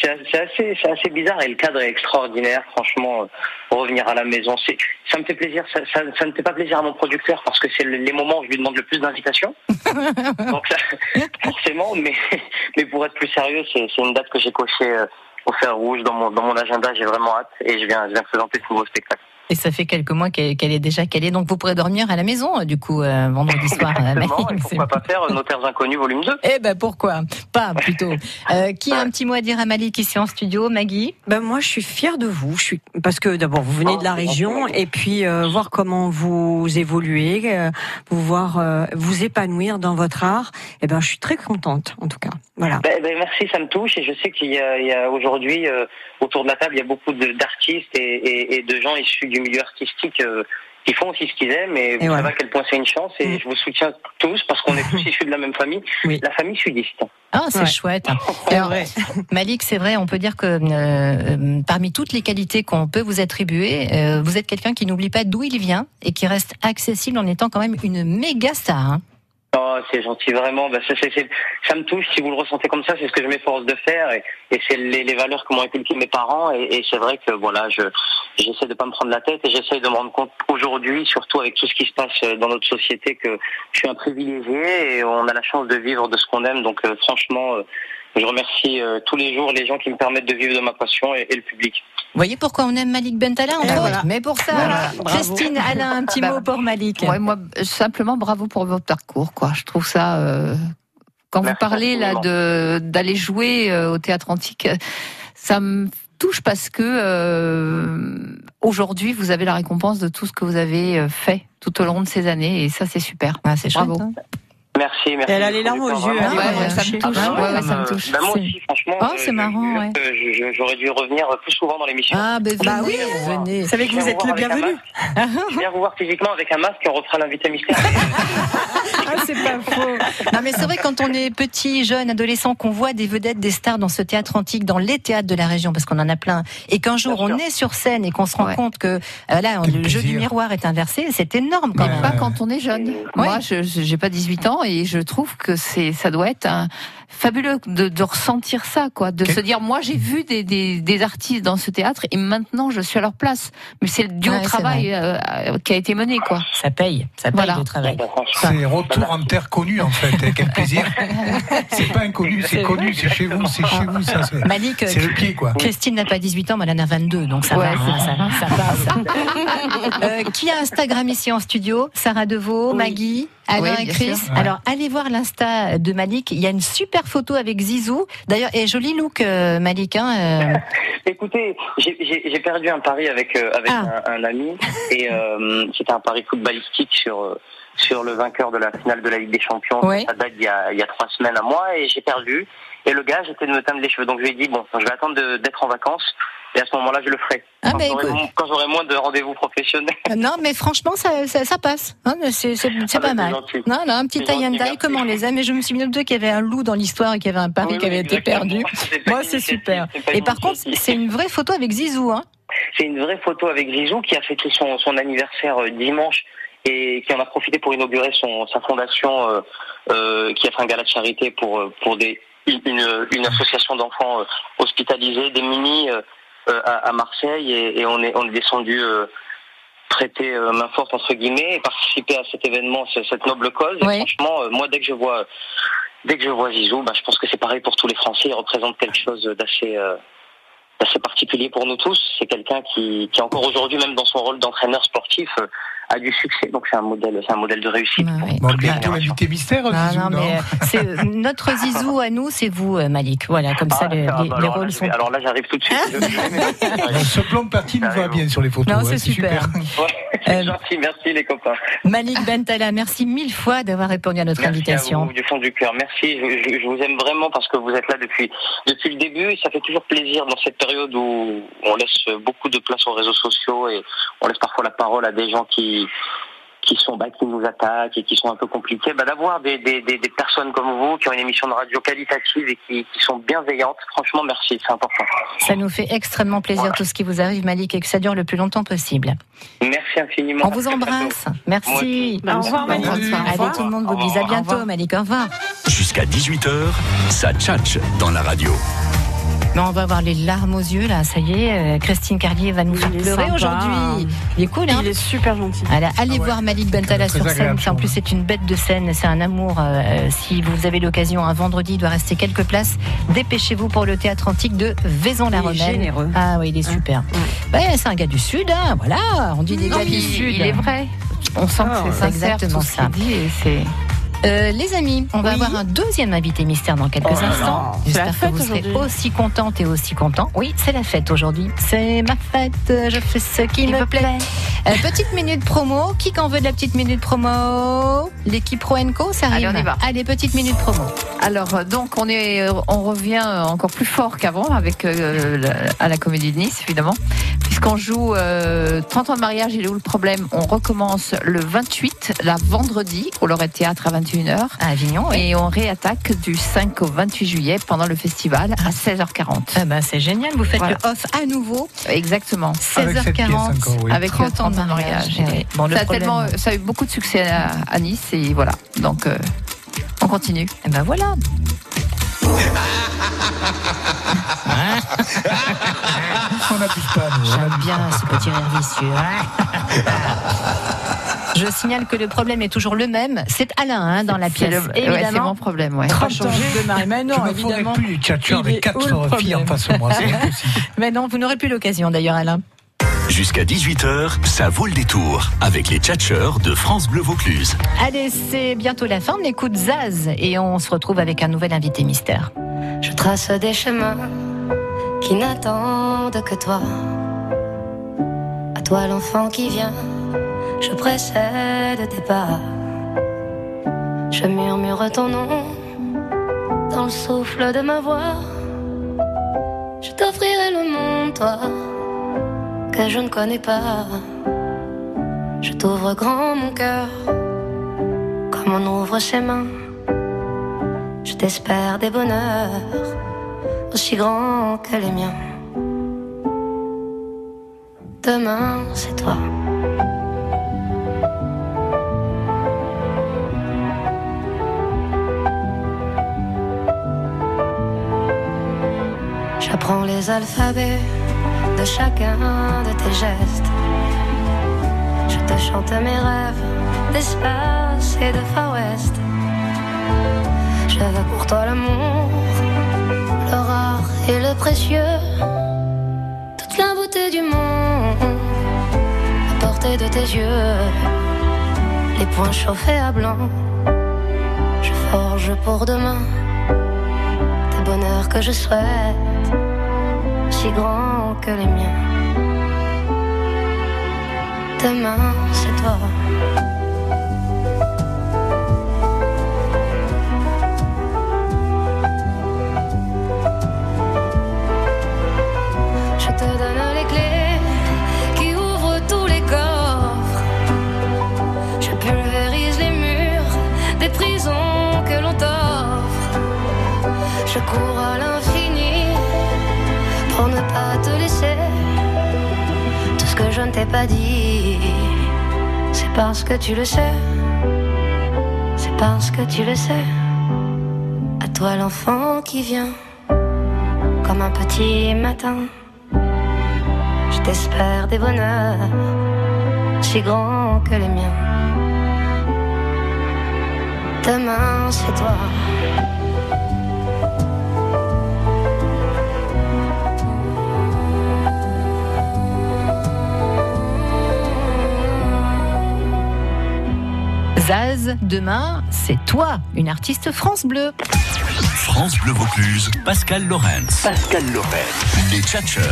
Speaker 7: C'est c'est assez, c'est assez bizarre et le cadre est extraordinaire, franchement, euh, pour revenir à la maison. c'est- Ça me fait plaisir, ça, ça- ça ne fait pas plaisir à mon producteur parce que c'est le- les moments où je lui demande le plus d'invitations. Donc ça, forcément, mais, mais pour être plus sérieux, c'est c'est une date que j'ai cochée euh, au fer rouge dans mon, dans mon agenda, j'ai vraiment hâte et je viens, je viens présenter ce nouveau spectacle.
Speaker 3: Et ça fait quelques mois qu'elle qu'elle est déjà calée, donc vous pourrez dormir à la maison euh, du coup euh, vendredi soir. euh, Malik.
Speaker 7: Exactement, et pourquoi pas faire euh, Notaires Inconnus volume 2
Speaker 3: Eh ben pourquoi pas plutôt. Euh, qui a un petit mot à dire à Malik ici en studio, Maggie
Speaker 6: Ben moi, je suis fière de vous. Je suis parce que d'abord vous venez de la région et puis euh, voir comment vous évoluez, euh, vous voir euh, vous épanouir dans votre art. Et ben je suis très contente en tout cas. Voilà.
Speaker 7: Ben, ben, merci, ça me touche et je sais qu'il y a, il y a aujourd'hui euh, autour de la table il y a beaucoup de- d'artistes et, et- et de gens issus du milieu artistique euh, qui font aussi ce qu'ils aiment et, vous
Speaker 6: ouais.
Speaker 7: savez à quel point c'est une chance et je vous soutiens tous parce qu'on est tous issus de la même famille, la famille sudiste.
Speaker 3: Ah, c'est chouette.
Speaker 7: Oh,
Speaker 3: Alors, Malik, c'est vrai, on peut dire que euh, euh, parmi toutes les qualités qu'on peut vous attribuer, euh, vous êtes quelqu'un qui n'oublie pas d'où il vient et qui reste accessible en étant quand même une méga star. hein.
Speaker 7: Oh, c'est gentil, vraiment. Bah, ça, c'est- c'est- ça me touche si vous le ressentez comme ça. C'est ce que je m'efforce de faire et, et c'est les, les valeurs que m'ont inculquées mes parents. Et, et c'est vrai que voilà, je j'essaie de pas me prendre la tête et j'essaie de me rendre compte aujourd'hui, surtout avec tout ce qui se passe euh, dans notre société, que je suis un privilégié et on a la chance de vivre de ce qu'on aime. Donc euh, franchement, euh, je remercie euh, tous les jours les gens qui me permettent de vivre de ma passion et, et le public.
Speaker 3: Vous voyez pourquoi on aime Malik Bentala,
Speaker 7: Eh,
Speaker 3: entre autres Mais pour ça, Christine, Alain, un
Speaker 7: Bah.
Speaker 3: petit mot pour Malik.
Speaker 8: Ouais, moi, simplement bravo pour votre parcours, quoi. Je trouve ça. euh, quand vous parlez là de d'aller jouer euh, au théâtre antique, euh, ça me touche parce que euh, aujourd'hui vous avez la récompense de tout ce que vous avez euh, fait tout au long de ces années et ça c'est super.
Speaker 3: Ah, c'est hein.
Speaker 8: bravo.
Speaker 7: Merci, merci.
Speaker 8: Elle a
Speaker 7: beaucoup
Speaker 8: les larmes
Speaker 7: du
Speaker 8: aux
Speaker 7: temps,
Speaker 8: yeux, hein.
Speaker 7: vraiment.
Speaker 8: elle est Ouais, ça me touche.
Speaker 7: Ah,
Speaker 8: Ouais,
Speaker 7: bah,
Speaker 8: ouais, ça me
Speaker 7: euh,
Speaker 8: touche.
Speaker 7: bah, moi aussi, franchement,
Speaker 3: Oh,
Speaker 7: euh,
Speaker 3: c'est
Speaker 7: je-
Speaker 3: marrant, ouais.
Speaker 7: euh, je- je- j'aurais dû revenir plus souvent dans l'émission.
Speaker 3: Ah, ben venez,
Speaker 7: oui,
Speaker 3: venez.
Speaker 7: Vous savez que vous êtes le bienvenu. Je viens vous voir physiquement avec un masque et on refera l'invité mystère.
Speaker 3: Ah, c'est pas faux. Non, mais c'est vrai, quand on est petit, jeune, adolescent, qu'on voit des vedettes, des stars dans ce théâtre antique, dans les théâtres de la région, parce qu'on en a plein, et qu'un jour on est sur scène et qu'on se rend compte que euh, là, le jeu du miroir est inversé, c'est énorme quand même.
Speaker 8: Pas quand on est jeune. Moi, je j'ai pas 18 ans et je trouve que c'est ça doit être un- fabuleux de, de ressentir ça, quoi, de se dire moi j'ai vu des, des, des artistes dans ce théâtre et maintenant je suis à leur place. Mais c'est dû
Speaker 3: Ouais,
Speaker 8: au
Speaker 3: c'est
Speaker 8: travail euh, euh, qui a été mené, quoi.
Speaker 3: Ça paye, ça paye
Speaker 8: Voilà.
Speaker 3: le travail.
Speaker 7: bah,
Speaker 4: C'est retour en terre connue en fait. Et Quel plaisir. C'est pas inconnu, c'est connu, c'est chez vous, c'est chez vous. ça, c'est-
Speaker 3: Malik, euh,
Speaker 4: c'est le pied quoi.
Speaker 3: Christine n'a pas 18 ans, mais elle en a 22, donc ça
Speaker 4: Ouais,
Speaker 3: va, hein,
Speaker 4: c'est
Speaker 3: ça, ça passe. Euh, qui a Instagram ici en studio Sarah Deveau, Maggie, Alain
Speaker 8: Oui,
Speaker 3: et
Speaker 8: bien
Speaker 3: Chris.
Speaker 8: sûr.
Speaker 3: Alors allez voir l'Insta de Malik, il y a une super photo avec Zizou. D'ailleurs, et joli look euh, Malik. hein, euh.
Speaker 7: Écoutez, j'ai- j'ai j'ai perdu un pari avec, euh, avec
Speaker 3: Ah.
Speaker 7: un, un ami et euh, c'était un pari footballistique sur, euh, sur le vainqueur de la finale de la Ligue des Champions.
Speaker 3: Ouais.
Speaker 7: Ça date il y, a, il y a trois semaines à moi et j'ai perdu. Et le gars, j'étais de me teindre les cheveux. Donc je lui ai dit, bon, je vais attendre de- d'être en vacances et à ce moment-là, je le ferai. quand
Speaker 3: bah,
Speaker 7: j'aurai
Speaker 3: écoute.
Speaker 7: mon- quand j'aurai moins de rendez-vous professionnels.
Speaker 3: Euh, Non, mais franchement, ça, ça, ça passe. hein, c'est c'est- c'est
Speaker 7: Ah bah,
Speaker 3: pas
Speaker 7: c'est
Speaker 3: mal.
Speaker 7: gentil.
Speaker 3: Non, non, un petit
Speaker 7: C'est gentil,
Speaker 3: tie and
Speaker 7: merci.
Speaker 3: dye, comme on les aime. Et je me suis mis deux qu'il y avait un loup dans l'histoire et qu'il y avait un pari qui avait été perdu. Moi, c'est super. Et par contre, c'est une vraie photo avec Zizou. Hein.
Speaker 7: C'est une vraie photo avec Zizou qui a fêté son, son anniversaire euh, dimanche et qui en a profité pour inaugurer son, sa fondation euh, euh, qui a fait un gala de charité pour, euh, pour des, une- une, une association d'enfants euh, hospitalisés, des minis euh, euh, à, à Marseille et, et on est, on est descendu euh, prêter euh, main forte entre guillemets et participer à cet événement, ce- cette noble cause. Et franchement, euh, moi dès que je vois dès que je vois Zizou, bah, je pense que c'est pareil pour tous les Français, il représente quelque chose d'assez euh, d'assez particulier pour nous tous. C'est quelqu'un qui, qui encore aujourd'hui, même dans son rôle d'entraîneur sportif, euh, a du succès. Donc c'est un modèle, c'est un modèle de réussite. pour
Speaker 4: Bon,
Speaker 7: toute
Speaker 4: bientôt
Speaker 7: génération.
Speaker 4: l'invité mystère,
Speaker 3: Non,
Speaker 4: Zizou,
Speaker 3: non,
Speaker 4: non
Speaker 3: mais euh, c'est euh, notre zizou à nous, c'est vous, euh, Malik. Voilà, comme ça,
Speaker 7: Ah,
Speaker 3: le- les,
Speaker 7: ça va, bah,
Speaker 3: les
Speaker 7: alors, là,
Speaker 3: rôles
Speaker 7: je
Speaker 3: sont. Ah.
Speaker 7: vais- alors là, j'arrive tout de suite.
Speaker 4: Ce plan de partie nous va bien sur les photos.
Speaker 3: Non,
Speaker 4: hein,
Speaker 3: c'est super.
Speaker 7: Ouais, c'est gentil, merci les copains.
Speaker 3: Malik Bentala, merci mille fois d'avoir répondu à notre
Speaker 7: Merci à
Speaker 3: invitation.
Speaker 7: vous, du fond du cœur. Merci, je, je- je vous aime vraiment parce que vous êtes là depuis depuis le début et ça fait toujours plaisir dans cette période où on laisse beaucoup de place aux réseaux sociaux et on laisse parfois la parole à des gens qui qui sont bah, qui nous attaquent et qui sont un peu compliqués, bah, d'avoir des, des, des, des personnes comme vous qui ont une émission de radio qualitative et qui, qui sont bienveillantes. Franchement, merci, c'est important.
Speaker 3: Ça nous fait extrêmement plaisir tout ce qui vous arrive, Malik, et que ça dure le plus longtemps possible.
Speaker 7: Merci infiniment.
Speaker 3: On vous embrasse. Merci.
Speaker 7: Moi aussi. Au revoir,
Speaker 3: Bonne
Speaker 7: Malik.
Speaker 3: fin de soirée.
Speaker 7: Au revoir.
Speaker 3: Allez, tout le monde vous dise à bientôt, Malik. Au revoir.
Speaker 1: Jusqu'à 18h, ça tchatche dans la radio.
Speaker 3: Non, on va avoir les larmes aux yeux, là, ça y est. euh, Christine Carlier va nous faire
Speaker 5: est
Speaker 3: pleurer
Speaker 5: sympa.
Speaker 3: aujourd'hui. Il est cool, hein
Speaker 5: Il est super gentil.
Speaker 3: Voilà, allez voir Malik Bentala
Speaker 5: Très
Speaker 3: sur scène.
Speaker 5: agréable,
Speaker 3: En plus, c'est une bête de scène. C'est un amour. euh, si vous avez l'occasion, un vendredi, il doit rester quelques places. Dépêchez-vous pour le théâtre antique de
Speaker 6: Il est
Speaker 3: Vaison-la-Romaine.
Speaker 6: généreux.
Speaker 3: Ah oui, il est
Speaker 8: Hein.
Speaker 3: super. Ouais, c'est un gars du Sud, hein, voilà. On dit des
Speaker 8: Non,
Speaker 3: gars
Speaker 8: mais
Speaker 3: du
Speaker 8: il-
Speaker 3: Sud.
Speaker 8: il est vrai. On sent que c'est sincère,
Speaker 3: exactement
Speaker 8: tout ce
Speaker 3: ça.
Speaker 8: qu'il dit et c'est-
Speaker 3: Euh, les amis, on va avoir un deuxième invité mystère dans quelques
Speaker 8: Oh là là.
Speaker 3: instants.
Speaker 8: C'est la
Speaker 3: J'espère que
Speaker 8: fête
Speaker 3: vous serez
Speaker 8: aujourd'hui.
Speaker 3: aussi contente et aussi content. Oui, c'est la fête aujourd'hui. C'est ma fête, je fais ce qui me plaît. Euh, petite minute promo. Qui qu'en veut de la petite minute promo L'équipe Proenco, ça arrive.
Speaker 8: Allez, on y va.
Speaker 3: Allez, petite minute promo.
Speaker 8: Alors euh, donc on est euh, on revient euh, encore plus fort qu'avant avec euh, la- à la Comédie de Nice évidemment puisqu'on joue euh, 30 ans de mariage il est où le problème on recommence le 28 la vendredi au Loret Théâtre à 21h
Speaker 3: à Avignon
Speaker 8: et on réattaque du 5 au 28 juillet pendant le festival à 16h40.
Speaker 3: ben c'est génial vous faites le off à nouveau
Speaker 8: exactement
Speaker 3: Avec cette pièce
Speaker 8: 16h40
Speaker 3: encore, oui.
Speaker 8: avec
Speaker 3: 30
Speaker 8: 30 ans de mariage. eh
Speaker 3: mariage, Eh oui. Bon, le
Speaker 8: ça, a
Speaker 3: problème-
Speaker 8: tellement, euh, ça a eu beaucoup de succès à, à Nice et voilà donc euh, on continue.
Speaker 3: Et ben voilà.
Speaker 4: On n'abuse pas, nous.
Speaker 3: Hein J'aime bien ce petit rire vicieux. hein. Je signale que le problème est toujours le même. C'est Alain hein, dans la
Speaker 8: C'est
Speaker 3: pièce.
Speaker 8: le- ouais,
Speaker 3: évidemment.
Speaker 8: c'est mon problème, ouais.
Speaker 3: Trente
Speaker 8: Pas changer
Speaker 3: ans.
Speaker 8: de mari. Mais non,
Speaker 4: je ne
Speaker 8: évidemment.
Speaker 4: ferai plus les tchatcheurs
Speaker 8: Il est
Speaker 4: avec
Speaker 8: où
Speaker 4: quatre
Speaker 8: le
Speaker 4: filles
Speaker 8: problème
Speaker 4: en face de moi. c'est vrai.
Speaker 3: Mais non, vous n'aurez plus l'occasion d'ailleurs, Alain.
Speaker 1: Jusqu'à 18h, ça vaut le détour avec les tchatcheurs de France Bleu Vaucluse.
Speaker 3: Allez, c'est bientôt la fin. On écoute Zaz et on se retrouve avec un nouvel invité mystère.
Speaker 11: Je trace des chemins qui n'attendent que toi. À toi l'enfant qui vient, je précède tes pas. Je murmure ton nom dans le souffle de ma voix. Je t'offrirai le monde, toi, que je ne connais pas. Je t'ouvre grand mon cœur, comme on ouvre ses mains. Je t'espère des bonheurs aussi grands que les miens. Demain, c'est toi. J'apprends les alphabets de chacun de tes gestes. Je te chante mes rêves d'espace et de Far West. Je veux pour toi l'amour, le rare et le précieux, toute la beauté du monde, à portée de tes yeux, les points chauffés à blanc. Je forge pour demain des bonheurs que je souhaite, si grands que les miens. Demain, c'est toi. Je te donne les clés qui ouvrent tous les coffres. Je pulvérise les murs des prisons que l'on t'offre. Je cours à l'infini pour ne pas te laisser. Tout ce que je ne t'ai pas dit, c'est parce que tu le sais. C'est parce que tu le sais. À toi l'enfant qui vient, comme un petit matin. Je t'espère des bonheurs si grands que les miens. Demain, c'est toi.
Speaker 3: Zaz, demain, c'est toi, une artiste France Bleu.
Speaker 1: France Bleu Vaucluse, Pascal Lorenz. Pascal Lorenz. Les Tchatcheurs.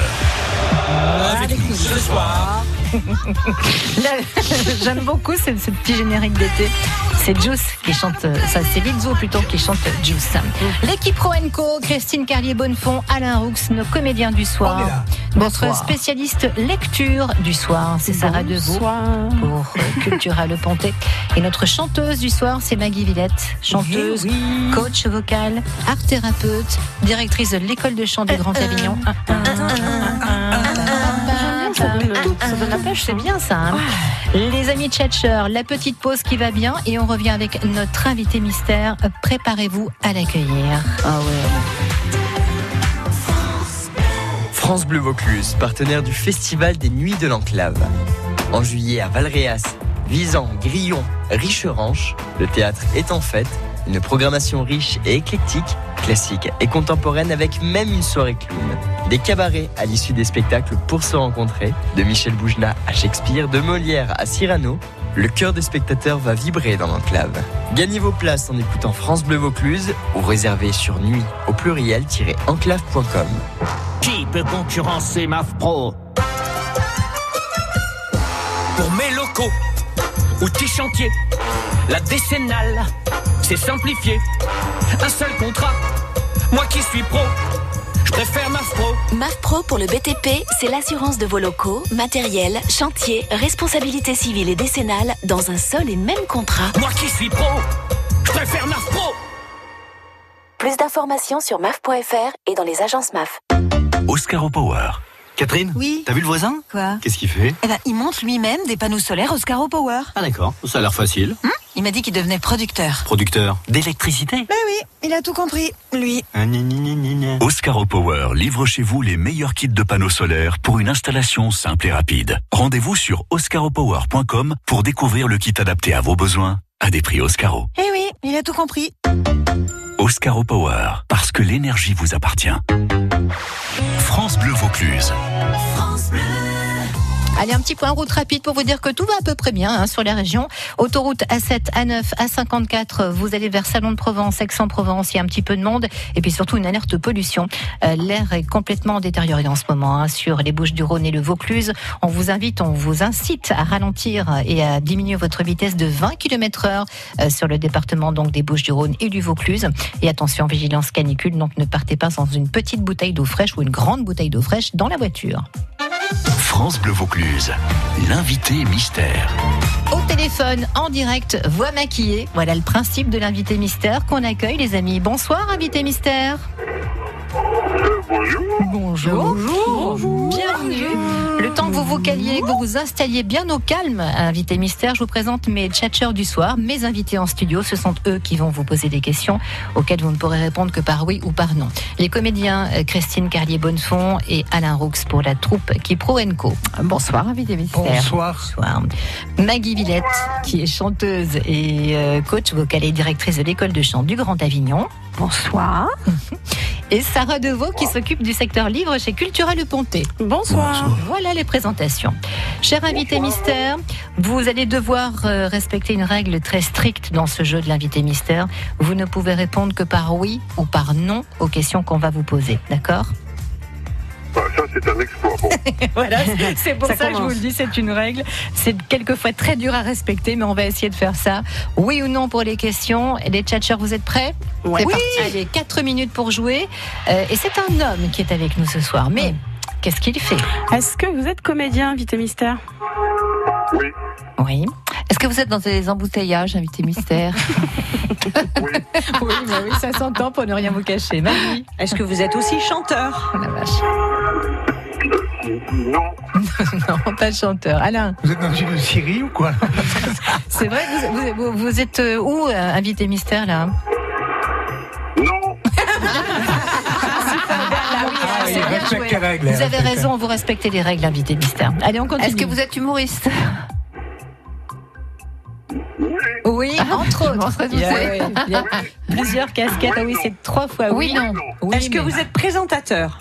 Speaker 3: Ah, Avec nous ce soir. Là, J'aime beaucoup ce, ce petit générique d'été. C'est Juice qui chante, euh, ça c'est Lizzo plutôt qui chante euh, Juice. L'équipe Roenco, Christine Carlier-Bonnefond, Alain Roux, nos comédiens du soir.
Speaker 12: On est là.
Speaker 3: Notre
Speaker 12: Bonsoir.
Speaker 3: spécialiste lecture du soir, c'est Sarah Deveau pour euh, Cultura Le Pontet. Et notre chanteuse du soir, c'est Maggie Villette, chanteuse, coach vocal, art thérapeute, directrice de l'école de chant du Grand Avignon. Ça donne la pêche, c'est bien ça. hein. Les amis tchatcheurs, la petite pause qui va bien et on revient avec notre invité mystère. Préparez-vous à l'accueillir. Ah ouais.
Speaker 13: France Bleu Vaucluse, partenaire du Festival des Nuits de l'Enclave. En juillet à Valréas, Visan, Grillon, Richeranche, le théâtre est en fête. Une programmation riche et éclectique, classique et contemporaine avec même une soirée clown. Des cabarets à l'issue des spectacles pour se rencontrer, de Michel Boujna à Shakespeare, de Molière à Cyrano, le cœur des spectateurs va vibrer dans l'enclave. Gagnez vos places en écoutant France Bleu Vaucluse ou réservez sur nuit au pluriel-enclave.com.
Speaker 9: Qui peut concurrencer MAF Pro Pour mes locaux ou tes chantiers, la décennale, c'est simplifié. Un seul contrat, moi qui suis pro, je préfère MAF Pro.
Speaker 14: MAF Pro pour le BTP, c'est l'assurance de vos locaux, matériel, chantier, responsabilité civile et décennale dans un seul et même contrat.
Speaker 9: Moi qui suis pro, je préfère MAF Pro.
Speaker 14: Plus d'informations sur maf.fr et dans les agences maf.
Speaker 1: Oscar au Power.
Speaker 15: Catherine
Speaker 16: Oui.
Speaker 15: T'as vu le voisin
Speaker 16: Quoi
Speaker 15: Qu'est-ce qu'il fait
Speaker 16: Eh ben, il monte lui-même des panneaux solaires Oscaro Power.
Speaker 15: Ah d'accord, ça a l'air facile.
Speaker 16: Hum il m'a dit qu'il devenait producteur.
Speaker 15: Producteur d'électricité
Speaker 16: Ben oui, il a tout compris, lui.
Speaker 1: Oscaro Power livre chez vous les meilleurs kits de panneaux solaires pour une installation simple et rapide. Rendez-vous sur oscaropower.com pour découvrir le kit adapté à vos besoins à des prix Oscaro.
Speaker 16: Eh oui, il a tout compris.
Speaker 1: Oscaro Power, parce que l'énergie vous appartient. France Bleu Vaucluse.
Speaker 3: Allez, un petit point route rapide pour vous dire que tout va à peu près bien hein, sur la région. Autoroute A7, A9, A54, vous allez vers Salon de Provence, Aix-en-Provence, il y a un petit peu de monde. Et puis surtout une alerte pollution. Euh, L'air est complètement détérioré en ce moment hein, sur les Bouches du Rhône et le Vaucluse. On vous invite, on vous incite à ralentir et à diminuer votre vitesse de 20 km heure euh, sur le département donc des Bouches du Rhône et du Vaucluse. Et attention, vigilance canicule, donc ne partez pas sans une petite bouteille d'eau fraîche ou une grande bouteille d'eau fraîche dans la voiture.
Speaker 1: France Bleu Vaucluse. L'invité mystère.
Speaker 3: Au téléphone, en direct, voix maquillée. Voilà le principe de l'invité mystère qu'on accueille, les amis. Bonsoir, invité mystère. bonjour. Bonjour. Bienvenue. Le temps que vous vous caliez, que vous vous installiez bien au calme, invité mystère, je vous présente mes tchatcheurs du soir, mes invités en studio. Ce sont eux qui vont vous poser des questions auxquelles vous ne pourrez répondre que par oui ou par non. Les comédiens euh, Christine Carlier-Bonnefond et Alain Roux pour la troupe Kipro Co. Bonsoir, invité mystère.
Speaker 4: Bonsoir.
Speaker 3: Bonsoir. Maggie Villette, qui est chanteuse et euh, coach vocale et directrice de l'école de chant du Grand Avignon. Bonsoir. Et Sarah Deveau, qui s'occupe du secteur livre chez Cultura Le Pontet. Bonsoir. Voilà les présentations. Cher invité mystère, vous allez devoir euh, respecter une règle très stricte dans ce jeu de l'invité mystère. Vous ne pouvez répondre que par oui ou par non aux questions qu'on va vous poser. D'accord voilà, c'est pour ça,
Speaker 12: Ça
Speaker 3: que je vous
Speaker 12: commence.
Speaker 3: le dis, c'est une règle. C'est quelquefois très dur à respecter, mais on va essayer de faire ça. Oui ou non pour les questions. Et Les tchatcheurs, vous êtes prêts C'est parti. Allez, 4 minutes pour jouer. Euh, et c'est un homme qui est avec nous ce soir. Mais qu'est-ce qu'il fait
Speaker 5: Est-ce que vous êtes comédien, invité mystère
Speaker 3: Oui.
Speaker 8: Est-ce que vous êtes dans des embouteillages, invité mystère
Speaker 3: Oui, mais oui, ça s'entend pour ne rien vous cacher. Maggie.
Speaker 6: Est-ce que vous êtes aussi chanteur
Speaker 3: La vache. non, pas chanteur. Alain.
Speaker 4: Vous êtes dans une série ou quoi
Speaker 3: C'est vrai, que vous, vous- vous- vous êtes euh, où, euh, invité mystère, là
Speaker 4: Ah, il respecte les règles.
Speaker 3: Vous avez raison, vous respectez les règles, invité mystère. Allez, on continue.
Speaker 8: Est-ce que vous êtes humoriste
Speaker 3: Oui,
Speaker 8: Ah,
Speaker 3: entre autres.
Speaker 8: vous
Speaker 3: Il y a-
Speaker 8: savez.
Speaker 3: il y a plusieurs casquettes. Ah oui, c'est trois fois oui. bah.
Speaker 8: Oui, non.
Speaker 3: Est-ce que vous
Speaker 6: êtes présentateur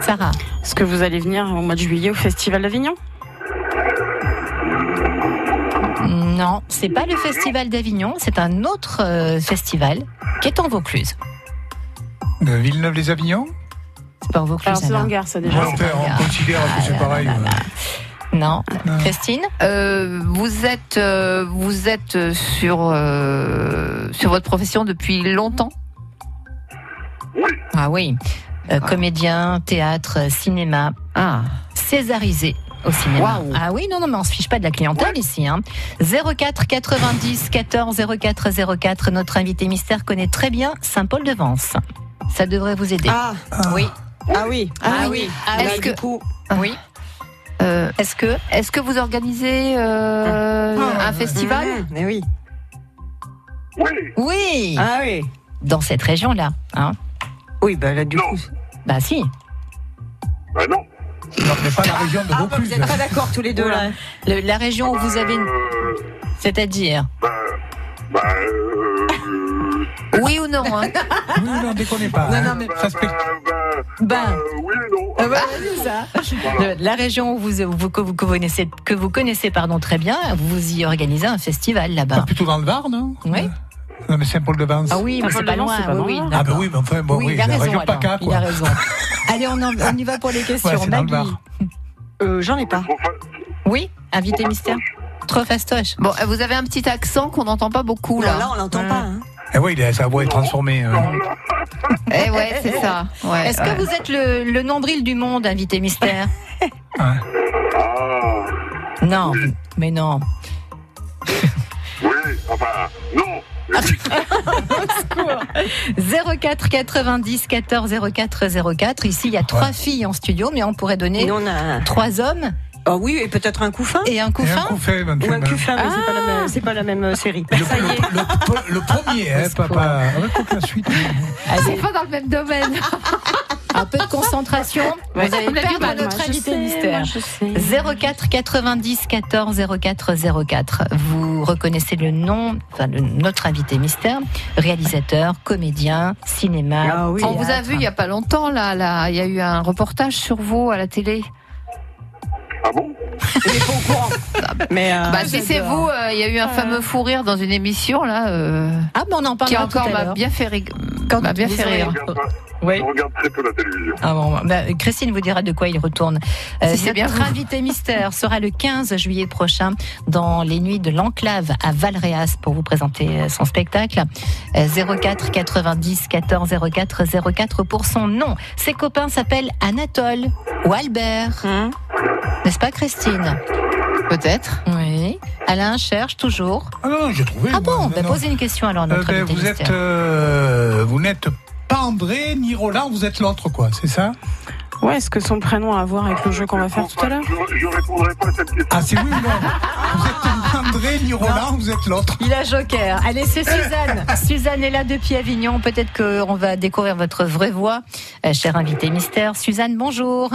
Speaker 3: Sarah.
Speaker 5: Est-ce que vous allez venir au mois de juillet au Festival d'Avignon
Speaker 3: Non, c'est pas le Festival d'Avignon, c'est un autre euh, festival qui est en Vaucluse.
Speaker 4: hein. De Villeneuve-les-Avignon
Speaker 3: C'est pas en Vaucluse.
Speaker 5: Alors, c'est
Speaker 3: alors.
Speaker 5: dans le Gard, ça, déjà.
Speaker 4: J'ai peur, on considère que
Speaker 3: Ah
Speaker 4: c'est pareil. euh,
Speaker 3: Non. Christine
Speaker 8: Euh, vous êtes, euh, vous êtes euh, sur, euh, sur votre profession depuis longtemps
Speaker 3: Ah oui. Euh, comédien, théâtre, euh, cinéma. Ah. Césarisé au cinéma. Ah oui, non, non, mais on se fiche pas de la clientèle ici. Hein. 04 90 14 04 04. Notre invité mystère connaît très bien Saint-Paul-de-Vence. Ça devrait vous aider.
Speaker 6: Ah.
Speaker 3: oui.
Speaker 6: Ah oui.
Speaker 3: Ah oui. Ah oui.
Speaker 8: Est-ce que,
Speaker 3: Oui.
Speaker 8: euh,
Speaker 3: est-ce que,
Speaker 8: est-ce que vous organisez euh,
Speaker 6: Ah.
Speaker 8: un festival
Speaker 6: Mmh. Mais oui.
Speaker 3: Oui.
Speaker 6: Ah oui.
Speaker 3: Dans cette région-là. Hein.
Speaker 6: Oui, bah là, du coup.
Speaker 3: Bah si.
Speaker 4: Non, mais pas la région de Vaucluse.
Speaker 6: Ah, Vous êtes pas d'accord tous les deux là.
Speaker 3: Le- la région où vous avez une. C'est-à-dire
Speaker 8: Oui ou non hein
Speaker 4: Oui, non, dès qu'on n'est pas. Non, non, mais. Ça se fait-
Speaker 3: Ben.
Speaker 12: Oui et non.
Speaker 3: Euh, voilà, Bah. c'est ça. Le- La région où vous, vous- que, vous connaissez, que vous connaissez pardon, très bien, vous y organisez un festival
Speaker 4: Ah,
Speaker 3: là-bas.
Speaker 4: plutôt dans le Var, non
Speaker 3: Oui.
Speaker 4: Non, mais Saint-Paul-de-Vence.
Speaker 3: Ah oui, mais c'est pas loin. oui, oui,
Speaker 4: Ah, bah
Speaker 3: d'accord.
Speaker 4: oui, mais enfin, bon,
Speaker 3: Oui,
Speaker 4: oui,
Speaker 3: il a
Speaker 4: la
Speaker 3: raison.
Speaker 4: région
Speaker 3: alors,
Speaker 4: PACA,
Speaker 3: il a
Speaker 4: quoi.
Speaker 3: raison. Allez, on, en- on y va pour les questions.
Speaker 4: Ouais, c'est dans le
Speaker 3: Maggie.
Speaker 4: Var.
Speaker 6: Euh, J'en ai pas.
Speaker 3: Oui, invité mystère. Trop fastoche.
Speaker 8: Bon, euh, vous avez un petit accent qu'on n'entend pas beaucoup là.
Speaker 6: là, on l'entend pas. hein.
Speaker 4: Eh oui, il a- sa voix est transformée. euh.
Speaker 8: Eh ouais, c'est ça. Ouais,
Speaker 3: Est-ce
Speaker 8: ouais.
Speaker 3: que vous êtes le, le nombril du monde, invité mystère Non, mais non.
Speaker 12: Oui, enfin, non.
Speaker 3: Ah, 04 90 14 04 04. Ici, il y a trois filles en studio, mais on pourrait donner
Speaker 6: Et on a.
Speaker 3: trois hommes
Speaker 6: Ah oui, et peut-être un couffin.
Speaker 3: et un Ah.
Speaker 4: Et un
Speaker 3: couffin.
Speaker 4: coup fait,
Speaker 6: Ou un
Speaker 4: éventuellement.
Speaker 6: cuffin, mais c'est pas la même- c'est pas, la même euh, série. Ça y est.
Speaker 4: Le, le premier,
Speaker 3: Ah,
Speaker 4: hein, papa. Avec aucune suite.
Speaker 8: C'est pas dans le même domaine.
Speaker 3: Un peu de concentration. Vous
Speaker 8: Ouais.
Speaker 3: allez
Speaker 8: On a du
Speaker 3: perdre
Speaker 8: mal,
Speaker 3: notre
Speaker 8: moi, je
Speaker 3: invité
Speaker 8: sais,
Speaker 3: mystère. 04 90 14 04 04. Vous reconnaissez le nom, enfin le- notre invité mystère, réalisateur, comédien, cinéma.
Speaker 6: Ah oui.
Speaker 8: On vous a vu il y a pas longtemps là, là, il y a eu un reportage sur vous à la télé.
Speaker 6: Il est pas au courant. Mais
Speaker 3: Ah,
Speaker 6: euh,
Speaker 8: bah si c'est vous, euh, il y a eu un fameux fou rire dans une émission là euh,
Speaker 3: Ah ben on en parle
Speaker 8: qui encore
Speaker 3: tout à
Speaker 8: m'a
Speaker 3: l'heure.
Speaker 8: bien fait rig-
Speaker 3: Quand
Speaker 8: m'a bien
Speaker 3: vous
Speaker 8: fait
Speaker 3: aurez-
Speaker 8: rire.
Speaker 3: Oui.
Speaker 12: Je regarde très peu la télévision.
Speaker 3: Ah bon, bah, Christine vous dira de quoi il retourne. Euh,
Speaker 8: Si c'est bien
Speaker 3: notre
Speaker 8: vous.
Speaker 3: invité mystère sera le 15 juillet prochain dans les nuits de l'enclave à Valréas pour vous présenter euh, son spectacle. Euh, 04 90 14 04 04 pour son nom. Ses copains s'appellent Anatole ou Albert. N'est-ce pas Christine
Speaker 8: Hein Peut-être.
Speaker 3: Oui. Alain cherche toujours.
Speaker 4: Ah non, j'ai trouvé. moi,
Speaker 3: Ah bon
Speaker 4: non,
Speaker 3: bah,
Speaker 4: non.
Speaker 3: Posez une question alors
Speaker 4: Euh,
Speaker 3: notre
Speaker 4: ben,
Speaker 3: invité
Speaker 4: vous
Speaker 3: mystère.
Speaker 4: êtes, euh, vous n'êtes pas André ni Roland, vous êtes l'autre, quoi, c'est ça
Speaker 5: Ouais, est-ce que son prénom a à voir avec le jeu qu'on va faire tout à l'heure
Speaker 12: Je, je répondrai pas à cette question.
Speaker 4: Ah, c'est oui ou non Vous êtes André ni Roland, vous êtes l'autre.
Speaker 3: Il a joker. Allez, c'est Suzanne. Suzanne est là depuis Avignon. Peut-être qu'on va découvrir votre vraie voix, euh, cher invité mystère. Suzanne, bonjour.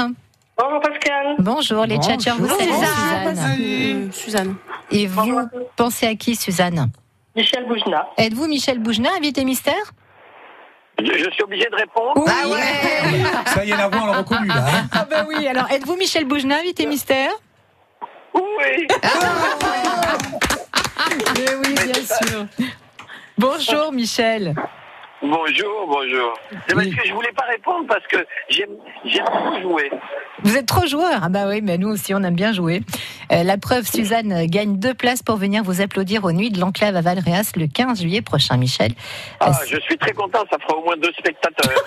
Speaker 17: Bonjour Pascal.
Speaker 3: Bonjour, les
Speaker 4: Bonjour.
Speaker 3: tchatchers. Vous saluent,
Speaker 4: Suzanne.
Speaker 3: Suzanne.
Speaker 5: Euh, Suzanne.
Speaker 3: Et vous pensez à qui, Suzanne
Speaker 17: Michel Boujna.
Speaker 3: Êtes-vous Michel Boujna, invité mystère
Speaker 12: Je, je suis obligé de répondre.
Speaker 8: Ah ouais.
Speaker 4: Ça y est, la voix, on l'a reconnue, là. hein.
Speaker 3: Ah ben oui, alors êtes-vous Michel Boujna, invité mystère Ah
Speaker 12: Oui.
Speaker 4: Ah
Speaker 3: Eh oui, bien sûr. Bonjour Michel.
Speaker 12: Bonjour, bonjour. C'est parce que je voulais pas répondre parce que j'aime, j'aime beaucoup jouer.
Speaker 3: Vous êtes trop joueur. Ah bah oui, mais nous aussi, on aime bien jouer. Euh, la preuve, Suzanne euh, gagne deux places pour venir vous applaudir aux Nuits de l'Enclave à Valréas le 15 juillet prochain, Michel.
Speaker 12: Ah, je suis très content, ça fera au moins deux spectateurs.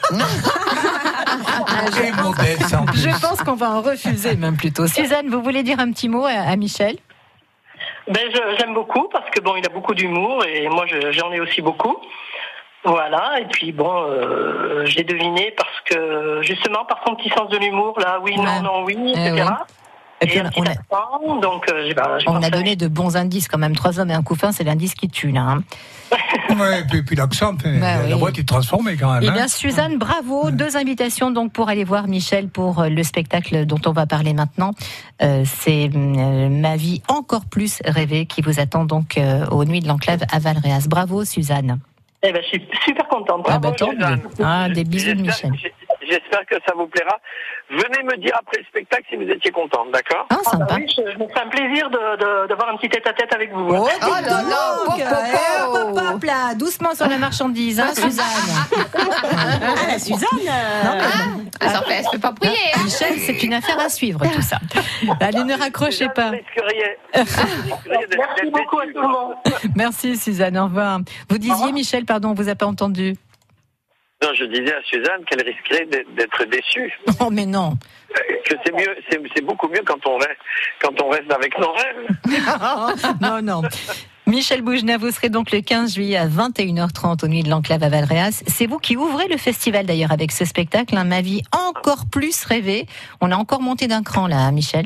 Speaker 4: Ah, Et modeste, en plus.
Speaker 3: Je pense qu'on va en refuser même plutôt. Suzanne, vous voulez dire un petit mot à, à Michel
Speaker 17: Ben, je- j'aime beaucoup parce que bon, il a beaucoup d'humour et moi je- j'en ai aussi beaucoup. Voilà, et puis bon, euh, j'ai deviné parce que justement par son petit sens de l'humour, là, oui,
Speaker 3: Ouais.
Speaker 17: non, non, oui,
Speaker 3: Eh
Speaker 17: etc.
Speaker 3: Et puis,
Speaker 17: un
Speaker 3: on
Speaker 17: petit
Speaker 3: a-
Speaker 17: accent, donc euh, j'ai- ben, j'ai
Speaker 3: On a
Speaker 17: pensé-
Speaker 3: donné de bons indices quand même. Trois hommes et un couffin, c'est l'indice qui tue là. hein.
Speaker 4: Ouais, et puis, et puis l'accent, enfin,
Speaker 3: Bah
Speaker 4: la,
Speaker 3: oui.
Speaker 4: la boîte est transformée quand même.
Speaker 3: Eh
Speaker 4: hein.
Speaker 3: bien, Suzanne, bravo. Deux invitations donc pour aller voir Michel pour euh, le spectacle dont on va parler maintenant. Euh, c'est euh, ma vie encore plus rêvée qui vous attend donc euh, aux Nuits de l'Enclave à Valréas. Bravo, Suzanne.
Speaker 17: Eh ben, je suis super contente.
Speaker 3: Ah bah,
Speaker 17: Bravo,
Speaker 3: tant
Speaker 17: Suzanne.
Speaker 3: mieux. Ah, des bisous de
Speaker 12: J'espère-
Speaker 3: Michel.
Speaker 12: j'ai- j'espère que ça vous plaira. Venez me dire après le spectacle si vous étiez contente, d'accord
Speaker 17: Ah, bah oui, je, je me ferai un plaisir d'avoir de, d'avoir un petit tête-à-tête avec vous.
Speaker 3: Oh, là là, hop, hop, hop, hop, hop, là, doucement sur la marchandise, hein, Suzanne.
Speaker 6: Ah, la Suzanne
Speaker 3: Non, mais-
Speaker 8: Elle se fait pas prier. hein.
Speaker 3: Michel, c'est une affaire à suivre, tout ça. Allez, ne raccrochez pas. Ah,
Speaker 17: Merci beaucoup à tout le monde.
Speaker 3: Merci, Suzanne. Au revoir. Vous disiez, Michel, pardon, on vous a pas entendu.
Speaker 12: Non, je disais à Suzanne qu'elle risquerait d'être- d'être déçue.
Speaker 3: Oh, mais non.
Speaker 12: Que c'est mieux, c'est c'est beaucoup mieux quand on reste, quand on reste avec nos rêves.
Speaker 3: non, non. Michel Boujna, vous serez donc le 15 juillet à 21h30 aux Nuits de l'Enclave à Valréas. C'est vous qui ouvrez le festival d'ailleurs avec ce spectacle, hein, Ma vie encore plus rêvée. On a encore monté d'un cran là, hein, Michel.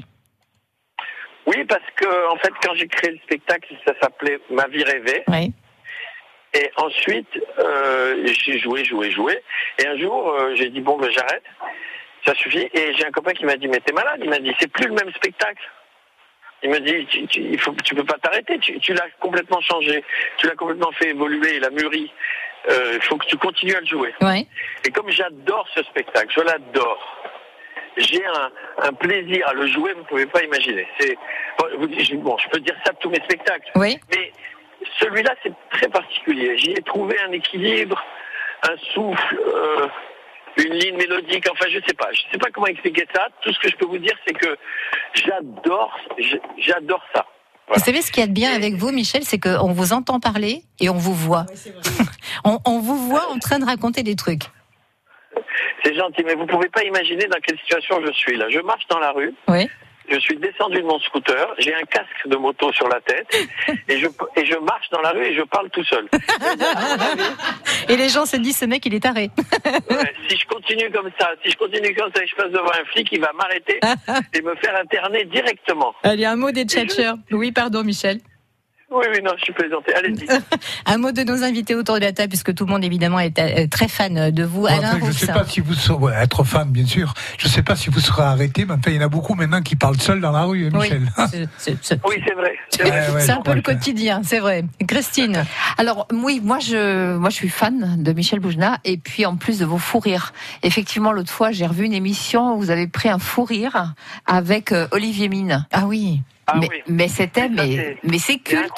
Speaker 12: Oui, parce que en fait, quand j'ai créé le spectacle, ça s'appelait Ma vie rêvée. Et ensuite, euh, j'ai joué, joué, joué. Et un jour, euh, j'ai dit bon, ben j'arrête, ça suffit. Et j'ai un copain qui m'a dit mais t'es malade. Il m'a dit c'est plus le même spectacle. Il me dit tu, tu, il faut, tu peux pas t'arrêter. Tu, tu l'as complètement changé. Tu l'as complètement fait évoluer. Il a mûri. Euh, Il faut que tu continues à le jouer.
Speaker 3: Ouais.
Speaker 12: Et comme j'adore ce spectacle, je l'adore. J'ai un, un plaisir à le jouer, vous pouvez pas imaginer. C'est bon, vous- je- bon, je peux dire ça de tous mes spectacles. Mais celui-là, c'est très particulier. J'y ai trouvé un équilibre, un souffle, euh, une ligne mélodique. Enfin, je sais pas. Je sais pas comment expliquer ça. Tout ce que je peux vous dire, c'est que j'adore, j'- j'adore ça.
Speaker 3: Vous savez ce qu'il y a de bien avec vous, Michel, c'est qu'on vous entend parler et on vous voit. on, on vous voit en train de raconter des trucs.
Speaker 12: C'est gentil, mais vous pouvez pas imaginer dans quelle situation je suis là. Je marche dans la rue.
Speaker 3: Oui.
Speaker 12: Je suis descendu de mon scooter, j'ai un casque de moto sur la tête et je, et je marche dans la rue et je parle tout seul.
Speaker 3: Et les gens se disent, ce mec, il est taré.
Speaker 12: Ouais, si je continue comme ça, si je continue comme ça et je passe devant un flic, il va m'arrêter et me faire interner directement.
Speaker 3: Allez, un mot des tchatcheurs. Oui, pardon, Michel.
Speaker 12: Oui, oui, non, je suis plaisanté. Allez-y.
Speaker 3: Un mot de nos invités autour de la table, puisque tout le monde, évidemment, est euh, très fan de vous.
Speaker 4: Bon, après,
Speaker 3: Alain
Speaker 4: Ah, je ne sais
Speaker 3: Roussin.
Speaker 4: pas si vous saurez ouais, être fan, bien sûr. Je ne sais pas si vous serez arrêté, mais enfin, il y en a beaucoup maintenant qui parlent seuls dans la rue, hein,
Speaker 3: Oui,
Speaker 4: Michel.
Speaker 12: Oui, c'est vrai.
Speaker 4: Ouais, ouais,
Speaker 3: C'est un peu le
Speaker 4: donc, ouais.
Speaker 3: quotidien, c'est vrai. Christine.
Speaker 8: Alors oui, moi je, moi je suis fan de Michel Boujna et puis en plus de vos fous rires. Effectivement, l'autre fois j'ai revu une émission où vous avez pris un fou rire avec euh, Olivier Mine.
Speaker 3: Ah oui.
Speaker 8: mais, mais c'était mais mais c'est culte.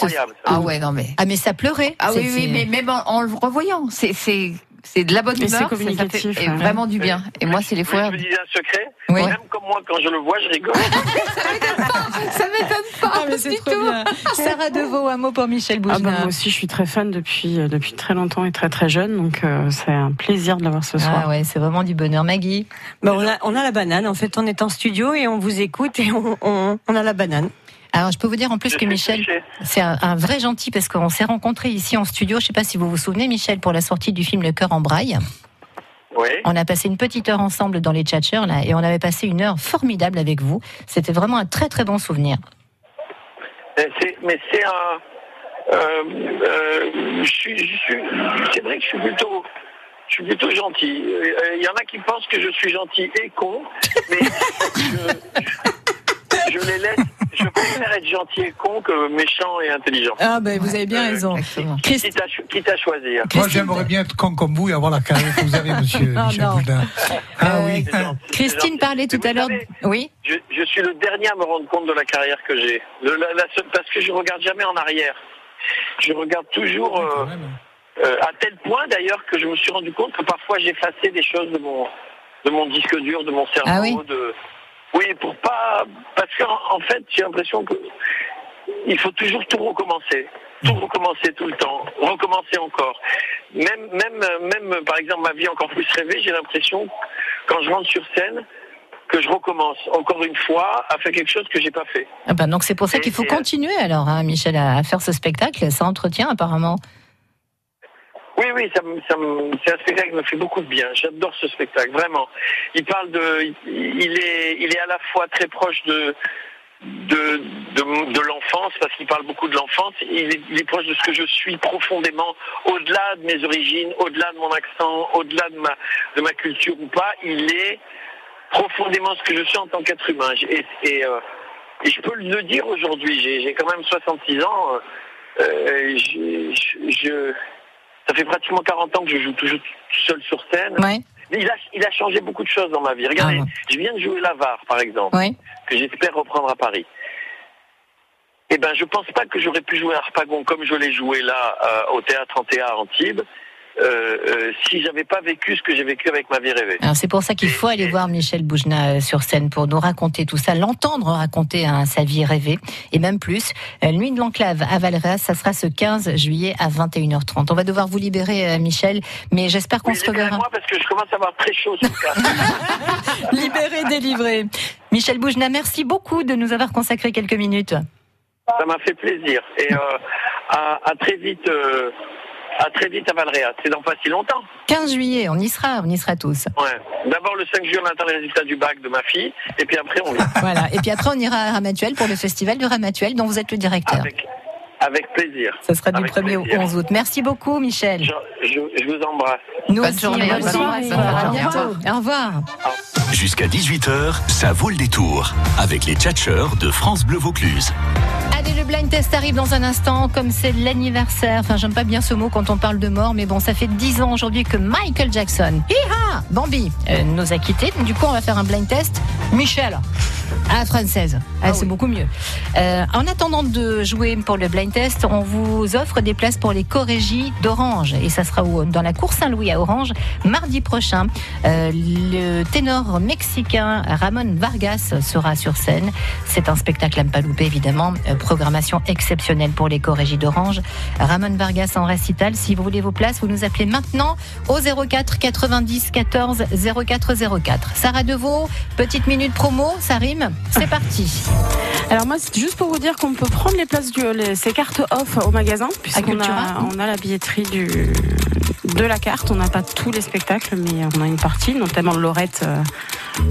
Speaker 8: Ah ouais non mais
Speaker 3: Ah, mais ça pleurait.
Speaker 8: ah
Speaker 3: C'est-
Speaker 8: oui oui
Speaker 3: c'est-
Speaker 8: mais même en, en le revoyant c'est c'est c'est de la bonne
Speaker 3: Et c'est
Speaker 8: humeur. ça-
Speaker 3: communicatif,
Speaker 8: ça fait et
Speaker 3: ouais.
Speaker 8: vraiment du bien. Et moi c'est les fous rires.
Speaker 12: Je vous dis un secret. Même comme moi, quand je le vois, je rigole.
Speaker 8: Ça m'étonne pas.
Speaker 3: Ah, mais c'est trop bien. Sarah Deveau, un mot pour Michel Boujna.
Speaker 5: Ah bah, moi aussi, je suis très fan depuis, euh, depuis très longtemps et très très jeune, donc euh, c'est un plaisir de l'avoir ce soir.
Speaker 3: Ah ouais, c'est vraiment du bonheur, Maggie.
Speaker 6: Bah, on, a, on a la banane, en fait, on est en studio et on vous écoute et on, on- on a la banane.
Speaker 3: Alors, je peux vous dire en plus que Michel, c'est un, un vrai gentil parce qu'on s'est rencontrés ici en studio. Je sais pas si vous vous souvenez, Michel, pour la sortie du film Le cœur en braille. On a passé une petite heure ensemble dans les tchatchers, là, et on avait passé une heure formidable avec vous. C'était vraiment un très très bon souvenir.
Speaker 12: Mais Euh, c'est- Mais c'est un. euh, euh, je suis- je suis- c'est vrai que je suis plutôt. Je suis plutôt gentil. Euh, euh, Il y en a qui pensent que je suis gentil et con, mais je, je- je les laisse. Je préfère être gentil et con que méchant et intelligent.
Speaker 3: Ah ben, vous avez bien raison.
Speaker 12: Quitte, à, cho- quitte à choisir.
Speaker 4: euh, Moi, j'aimerais bien être con comme vous et avoir la carrière que vous avez, monsieur
Speaker 3: Ah,
Speaker 4: Michel
Speaker 3: non.
Speaker 4: Boujna. Ah oui.
Speaker 3: Christine parlait tout à l'heure. Oui.
Speaker 12: Je, je suis le dernier à me rendre compte de la carrière que j'ai. Le- la- la seule- parce que je regarde jamais en arrière. Je regarde toujours euh, euh, à tel point d'ailleurs que je me suis rendu compte que parfois j'effaçais des choses de mon de mon disque dur, de mon cerveau,
Speaker 3: Ah oui
Speaker 12: de oui pour pas parce qu'en en fait j'ai l'impression que il faut toujours tout recommencer, tout recommencer tout le temps, recommencer encore. Même même euh, même euh, par exemple ma vie encore plus rêvée, j'ai l'impression que quand je rentre sur scène que je recommence encore une fois à faire quelque chose que j'ai pas fait.
Speaker 3: Ah ben, donc c'est pour ça qu'il
Speaker 12: euh,
Speaker 3: faut continuer alors, hein, Michel, à, à faire ce spectacle. Ça entretient apparemment.
Speaker 12: Oui, oui, ça me- ça me- c'est un spectacle qui me fait beaucoup de bien. J'adore ce spectacle, vraiment. Il parle de, il- il est, il est à la fois très proche de, de, de, de l'enfance parce qu'il parle beaucoup de l'enfance. Il est, il est proche de ce que je suis profondément, au-delà de mes origines, au-delà de mon accent, au-delà de ma, de ma culture ou pas. Il est profondément ce que je suis en tant qu'être humain. J'ai- Et, et, euh, et je peux le dire aujourd'hui. J'ai j'ai quand même 66 ans. euh, euh, je, je- je- ça fait pratiquement 40 ans que je joue toujours tout seul sur scène. il a, il a changé beaucoup de choses dans ma vie. Regardez, je viens de jouer l'avare, par exemple, que j'espère reprendre à Paris. Eh ben, je pense pas que j'aurais pu jouer Harpagon comme je l'ai joué là euh, au théâtre Antea Antibes euh, euh, si j'avais pas vécu ce que j'ai vécu avec ma vie rêvée.
Speaker 3: Alors c'est pour ça qu'il faut aller voir Michel Boujna euh, sur scène pour nous raconter tout ça, l'entendre raconter hein, sa vie rêvée et même plus. Euh, Nuit de l'enclave à Valras, ça sera ce 15 juillet à 21h30. On va devoir vous libérer, euh, Michel, mais j'espère qu'on se reverra.
Speaker 12: Moi, parce que je commence à avoir très chaud. sur ça.
Speaker 3: Libéré, délivré. Michel Boujna, merci beaucoup de nous avoir consacré quelques minutes.
Speaker 12: Ça m'a fait plaisir. Et euh, à, à très vite, euh, à très vite à Valréas. C'est dans pas si longtemps.
Speaker 3: 15 juillet, on y sera, on y sera tous.
Speaker 12: Ouais. D'abord le 5 juillet, on attend les résultats du bac de ma fille, et puis après on vient.
Speaker 3: Voilà. Et puis après, on ira à Ramatuel pour le festival de Ramatuel dont vous êtes le directeur.
Speaker 12: Avec plaisir.
Speaker 3: Ça sera du 1er au 11 août. Merci beaucoup, Michel.
Speaker 12: Je, je vous embrasse.
Speaker 3: Nous
Speaker 12: Bonne
Speaker 3: aussi,
Speaker 12: journée,
Speaker 3: nous aussi.
Speaker 12: bonne
Speaker 3: Au revoir. Au revoir.
Speaker 1: Jusqu'à 18h, ça vaut le détour avec les tchatcheurs de France Bleu Vaucluse.
Speaker 3: Allez, le blind test arrive dans un instant, comme c'est l'anniversaire. Enfin, j'aime pas bien ce mot quand on parle de mort, mais bon, ça fait 10 ans aujourd'hui que Michael Jackson, hiha, Bambi, euh, nous a quittés. Du coup, on va faire un blind test. Michel, à la française. Ah, c'est beaucoup mieux. Euh, en attendant de jouer pour le blind test, on vous offre des places pour les corégies d'Orange. Et ça sera au- dans la cour Saint-Louis à Orange, mardi prochain. Euh, le ténor mexicain Ramon Vargas sera sur scène. C'est un spectacle à ne pas louper, évidemment. Euh, programmation exceptionnelle pour les corégies d'Orange. Ramon Vargas en récital. Si vous voulez vos places, vous nous appelez maintenant au 04 90 14 04 04. Sarah Deveau, petite minute promo, ça rime. C'est parti.
Speaker 5: Alors moi, c'est juste pour vous dire qu'on peut prendre les places du les- ces cartes off au magasin puisqu'on a, on a la billetterie du de la carte. On n'a pas tous les spectacles, mais on a une partie, notamment Lorette euh,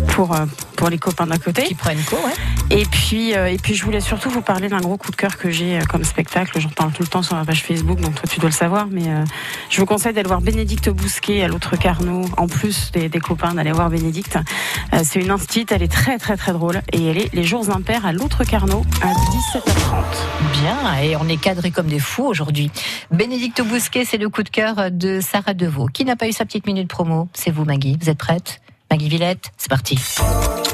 Speaker 5: pour euh, pour les copains d'à côté. Qui
Speaker 3: prennent quoi, ouais.
Speaker 5: Et puis euh, et puis je voulais surtout vous parler d'un gros coup de cœur que j'ai euh, comme spectacle. J'en parle tout le temps sur ma page Facebook, donc toi tu dois le savoir. Mais euh, je vous conseille d'aller voir Bénédicte Bousquet à l'autre Carnot. En plus des, des copains, d'aller voir Bénédicte. Euh, c'est une instite, elle est très très très drôle et elle est les jours impairs à l'autre Carnot à 17h30.
Speaker 3: Bien, et on est cadré comme des fous aujourd'hui. Bénédicte Bousquet, c'est le coup de cœur de Sarah Deveau. Qui n'a pas eu sa petite minute promo C'est vous, Maggie. Vous êtes prête Maggie Villette, c'est parti.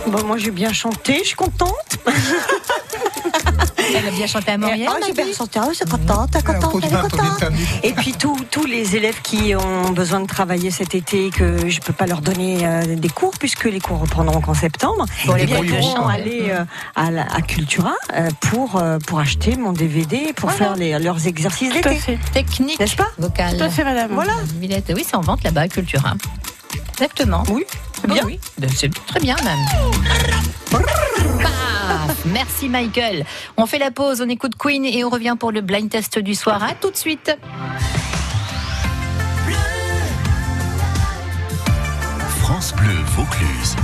Speaker 6: Bon, moi j'ai bien chanté, je suis contente.
Speaker 3: Elle a bien chanté à Montréal.
Speaker 6: Ah, j'ai bien chanté, ah, je suis contente, elle est contente, elle est contente. Et puis tous tous les élèves qui ont besoin de travailler cet été, que je peux pas leur donner euh, des cours, puisque les cours reprendront qu'en septembre,
Speaker 3: Bon, les
Speaker 6: eh bien, ils
Speaker 3: débrouilleront,
Speaker 6: pourront
Speaker 3: ouais.
Speaker 6: aller euh, à, la- à Cultura euh, pour, euh, pour acheter mon DVD, pour faire les- leurs exercices
Speaker 3: Tout à
Speaker 6: d'été.
Speaker 3: fait. Technique vocale.
Speaker 6: Tout à fait, madame.
Speaker 3: Voilà. Villette, oui, c'est en vente là-bas, Cultura. Exactement.
Speaker 6: Oui,
Speaker 3: bien. Oui,
Speaker 8: Euh,
Speaker 3: Ben, c'est très bien même. Paf Merci Michael. On fait la pause, on écoute Queen et on revient pour le blind test du soir. À tout de suite.
Speaker 1: France Bleu Vaucluse.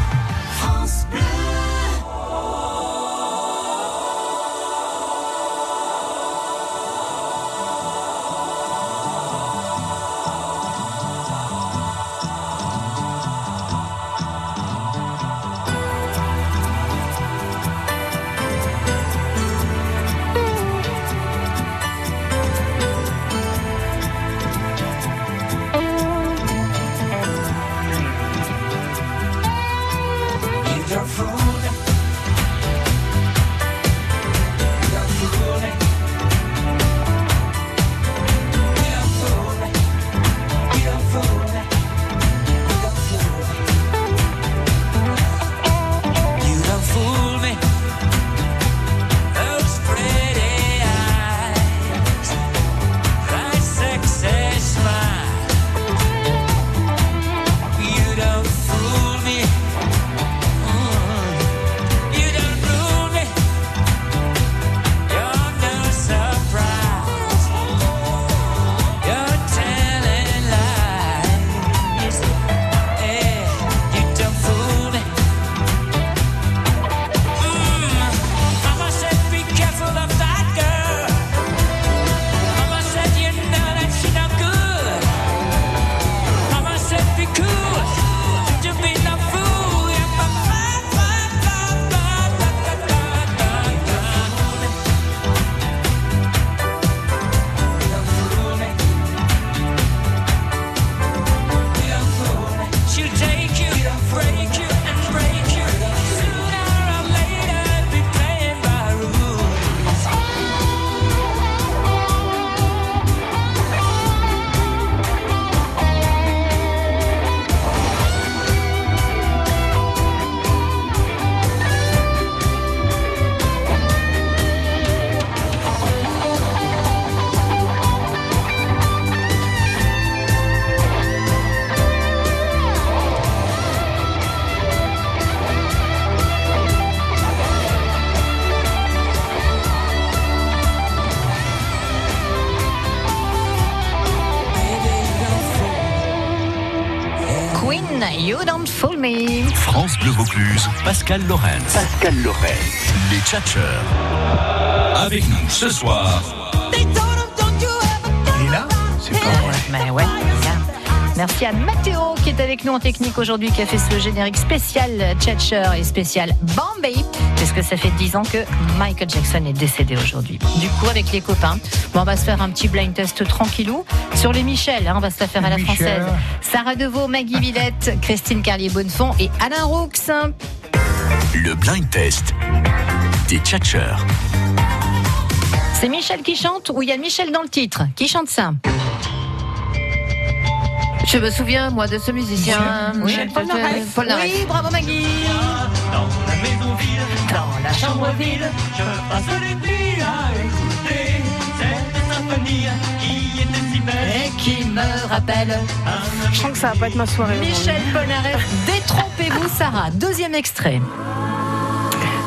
Speaker 11: Either from
Speaker 3: You Don't Fool Me.
Speaker 1: France Bleu Vaucluse, Pascal Lorenz. Pascal Lorenz. Les Tchatcheurs. Avec nous ce soir,
Speaker 4: Il est là C'est pas vrai.
Speaker 3: Mais Ben ouais, regarde. Merci à Mathéo qui est avec nous en technique aujourd'hui, qui a fait ce générique spécial Chatcher et spécial Bombay, puisque ça fait 10 ans que Michael Jackson est décédé aujourd'hui. Du coup, avec les copains, bon, on va se faire un petit blind test tranquillou sur les Michel, hein, on va se la faire à la
Speaker 4: Michel.
Speaker 3: française. Sarah Deveau, Maggie Villette, Christine Carlier-Bonnefond et Alain Roux.
Speaker 1: le blind test des Tchatcheurs.
Speaker 3: C'est Michel qui chante ou il y a Michel dans le titre Qui chante ça
Speaker 8: Je me souviens, moi, de ce musicien.
Speaker 3: Oui, euh, Michel Polnareff. Oui, bravo Maggie.
Speaker 9: Dans la maison ville, dans la chambre ville, je passe les nuits à écouter cette symphonie qui était si belle
Speaker 3: et qui me rappelle.
Speaker 5: Je sens que ça va pas être ma soirée.
Speaker 3: Michel Polnareff, détrompez-vous Sarah. Deuxième extrait.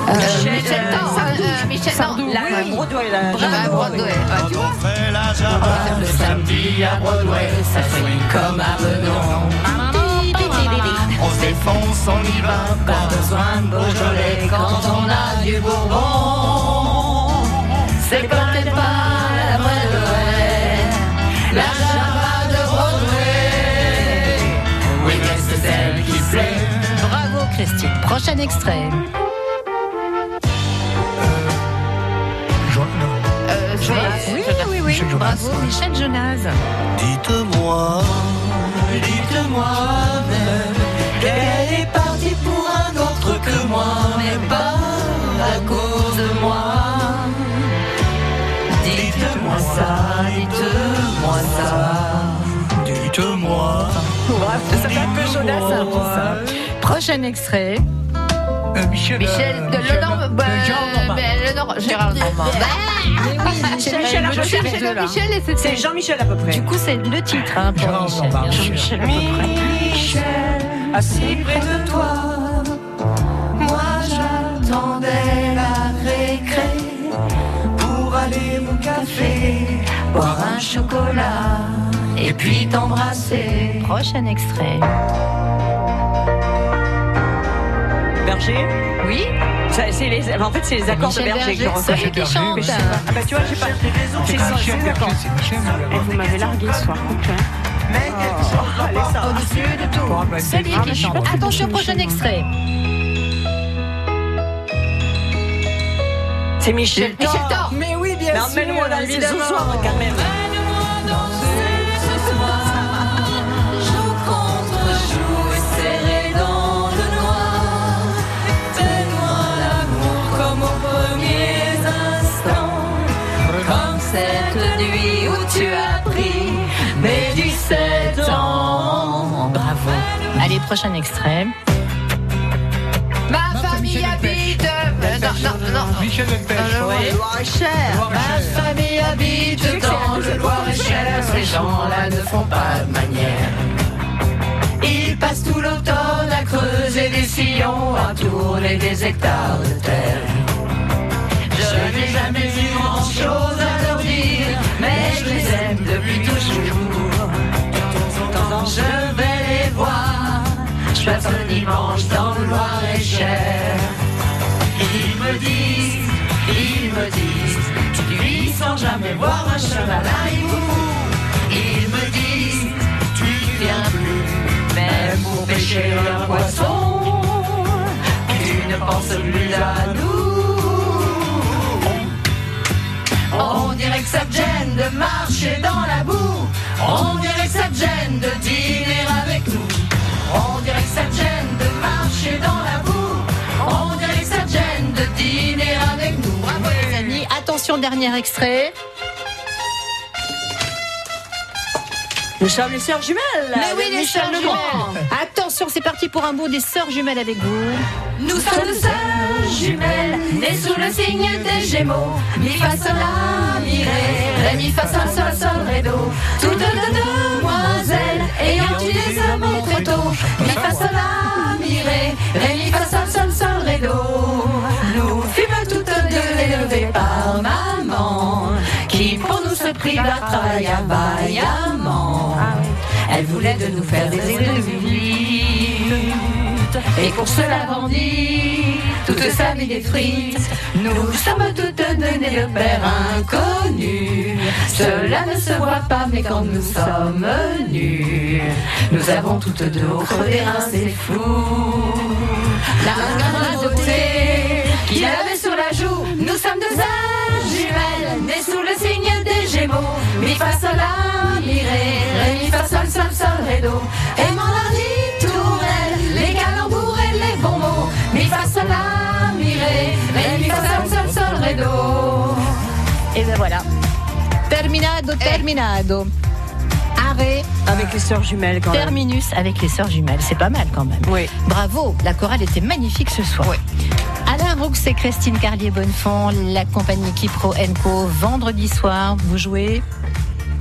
Speaker 3: Euh,
Speaker 8: Michel,
Speaker 3: Michel
Speaker 8: euh,
Speaker 3: Sardou.
Speaker 8: Sardou. Euh, Michel Sardou.
Speaker 3: Oui.
Speaker 8: La-
Speaker 6: Broadway,
Speaker 8: Bravo, Broadway. Ah, tu vois
Speaker 9: Le samedi à Broadway, ça swing comme à Meudon. On se défonce, on y va, pas besoin de Beaujolais quand on a du Bourbon. C'est peut-être pas la vraie Noël, la Java de Broadway. Oui, mais c'est celle qui plaît.
Speaker 3: Bravo Christine. Prochain extrait.
Speaker 8: Euh, je- Oui, oui, oui. Bravo, Michel Jonas.
Speaker 9: Dites-moi, dites-moi même qu'elle est partie pour un autre que moi, mais pas à cause de moi. Dites-moi ça, dites-moi ça, dites-moi.
Speaker 3: Bravo, ça s'appelle que Jonas, hein, tout ça. Prochain extrait. Euh,
Speaker 4: Michel,
Speaker 8: Euh, Michel de Le Normand. bah, mais Le Normand- Gérard Normand.
Speaker 3: Eh Ah,
Speaker 6: C'est Michel,
Speaker 8: je
Speaker 6: Michel,
Speaker 8: cherchais le
Speaker 6: là.
Speaker 8: Michel et c'était-
Speaker 6: C'est Jean-Michel à peu près.
Speaker 3: Du coup, c'est le titre hein, pour Michel. Jean-Michel.
Speaker 9: Michel,
Speaker 6: Ah,
Speaker 9: assis près de toi, moi j'attendais la récré pour aller au café, boire un chocolat et puis t'embrasser.
Speaker 3: Prochain extrait.
Speaker 6: Berger
Speaker 8: Oui.
Speaker 6: Ça, c'est les, en fait, c'est les accords de
Speaker 8: Michel
Speaker 6: Ah, Berger que
Speaker 8: Berger,
Speaker 6: je reconnais.
Speaker 8: celui qui Berger, chante.
Speaker 6: Mais je sais pas. Ah bah tu vois, j'ai pas. C'est ça, c'est les accords.
Speaker 5: Et vous m'avez largué ce soir. hein. Oh,
Speaker 3: Au-dessus de tout. Celui qui chante. Attention, prochain extrait.
Speaker 6: C'est Michel
Speaker 3: Michel
Speaker 6: Thor.
Speaker 3: Thor.
Speaker 6: Mais oui, bien
Speaker 3: sûr,
Speaker 6: Emmène-moi dans les
Speaker 3: évidemment.
Speaker 6: ce soir, quand même.
Speaker 9: Joue contre joue et serré dans le noir. Fais-moi l'amour comme aux premiers instants. Comme cette nuit où tu as pris mes 17 ans.
Speaker 3: Bravo. Allez, prochain extrait.
Speaker 8: Ma famille habite. euh, Non, non, non.
Speaker 4: Michel
Speaker 3: Euh,
Speaker 8: Dans le Loir-et-Cher.
Speaker 9: Ma famille habite dans le Loir-et-Cher. Ces gens-là ne font pas de manière. Ils passent tout l'automne à creuser des sillons, à tourner des hectares de terre. Je n'ai jamais eu grand-chose à leur dire, mais je les aime depuis toujours. De temps en temps, je vais les voir. Je passe un dimanche dans le Loir-et-Cher. Ils me disent, ils me disent, tu vis sans jamais voir un cheval à hibou. Ils me disent, tu ne viens plus, même pour pêcher un poisson. Tu ne penses plus à nous. On dirait que ça te gêne de marcher dans la boue. On dirait que ça te gêne de dîner avec nous. On dirait que ça te gêne de marcher dans la boue. On dirait que ça te gêne de dîner avec nous. Bravo les amis.
Speaker 3: Et attention, dernier extrait.
Speaker 6: Nous sommes les sœurs jumelles.
Speaker 3: Mais oui,
Speaker 6: avec
Speaker 3: les
Speaker 6: Michel
Speaker 3: sœurs
Speaker 6: Legrand.
Speaker 3: jumelles. Attention, c'est parti pour un bout des sœurs jumelles avec vous.
Speaker 9: Nous sommes sœurs jumelles, nées sous le signe des Gémeaux. Mi fa sol la mi ré, ré mi fa sol sol sol ré do. Toutes deux demoiselles ayant eu des amants très tôt. Mi fa sol la mi ré, ré mi fa sol sol sol ré do. Nous fûmes toutes deux élevées par maman, qui pour nous se priva travailla vaillamment. Elle voulait de nous faire des individus. et pour cela vendit toute sa vie des frites. Nous sommes toutes données le père inconnu. Cela ne se voit pas, mais quand nous sommes nus, nous avons toutes deux au creux des reins, c'est fou. La beauté qu'il avait sur la joue, nous sommes deux âmes jumelles, nées sous le signe des Gémeaux. Mi fa sol la mi ré, ré mi fa sol sol sol ré do. Aimant la ritournelle, les calembours et les bons mots. Mi fa sol la mi ré, ré mi fa sol sol sol ré do.
Speaker 3: Et ben voilà. Terminado,
Speaker 8: Eh.
Speaker 3: terminado. Arrêt.
Speaker 6: Avec les sœurs jumelles quand même.
Speaker 3: Terminus avec les sœurs jumelles, c'est pas mal quand même.
Speaker 6: Oui.
Speaker 3: Bravo, la chorale était magnifique ce soir. Alain Roux et Christine Carlier-Bonnefond, la compagnie Kipro Co, vendredi soir, vous jouez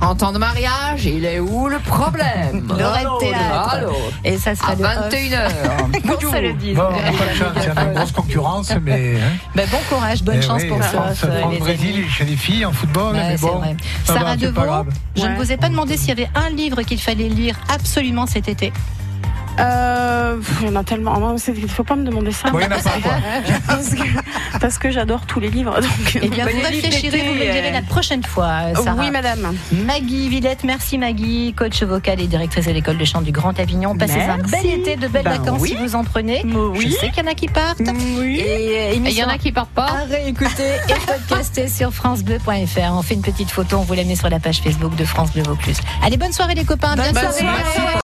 Speaker 8: En temps de mariage, il est où le problème
Speaker 3: Le Red Théâtre.
Speaker 8: Allô.
Speaker 3: Et ça sera
Speaker 8: À
Speaker 3: le off.
Speaker 8: 21h.
Speaker 3: Qu'on se le dise.
Speaker 4: Bon, on n'a pas de chance, il y a de la grosse concurrence, mais. hein.
Speaker 3: Ben, bon courage, bonne
Speaker 4: Eh
Speaker 3: chance
Speaker 4: oui,
Speaker 3: pour ça.
Speaker 4: France,
Speaker 3: euh,
Speaker 4: France,
Speaker 3: les
Speaker 4: Brésil, chez les filles en football,
Speaker 3: Ouais,
Speaker 4: mais
Speaker 3: c'est
Speaker 4: bon.
Speaker 3: vrai.
Speaker 4: ça
Speaker 3: Sarah
Speaker 4: va, c'est pas
Speaker 3: Devaux,
Speaker 4: grave.
Speaker 3: je ne vous ai pas demandé s'il y avait un livre qu'il fallait lire absolument cet été.
Speaker 5: Euh, pff, il y en a tellement. Ah, c'est- Il ne faut pas me demander ça.
Speaker 3: Ouais, il y en a pas, quoi.
Speaker 5: parce que, parce que j'adore tous les livres. Donc... euh, bah,
Speaker 3: Eh bien, vous réfléchirez, vous me le direz la prochaine fois, euh,
Speaker 5: Oh,
Speaker 3: Sarah.
Speaker 5: oui, madame.
Speaker 3: Maggie Villette, merci Maggie, coach vocal et directrice de l'école de chant du Grand Avignon. Passez un bel été, de belles
Speaker 18: Ben
Speaker 3: vacances
Speaker 18: oui.
Speaker 3: si vous en prenez. Je sais qu'il y en a qui partent. Et
Speaker 18: Et il y en a qui
Speaker 3: partent pas. À réécouter et podcaster sur FranceBleu.fr. On fait une petite photo, on vous la met sur la page Facebook de France Bleu Vaucluse. Allez, bonne soirée les copains.
Speaker 9: Bonne
Speaker 3: Bien
Speaker 9: soirée.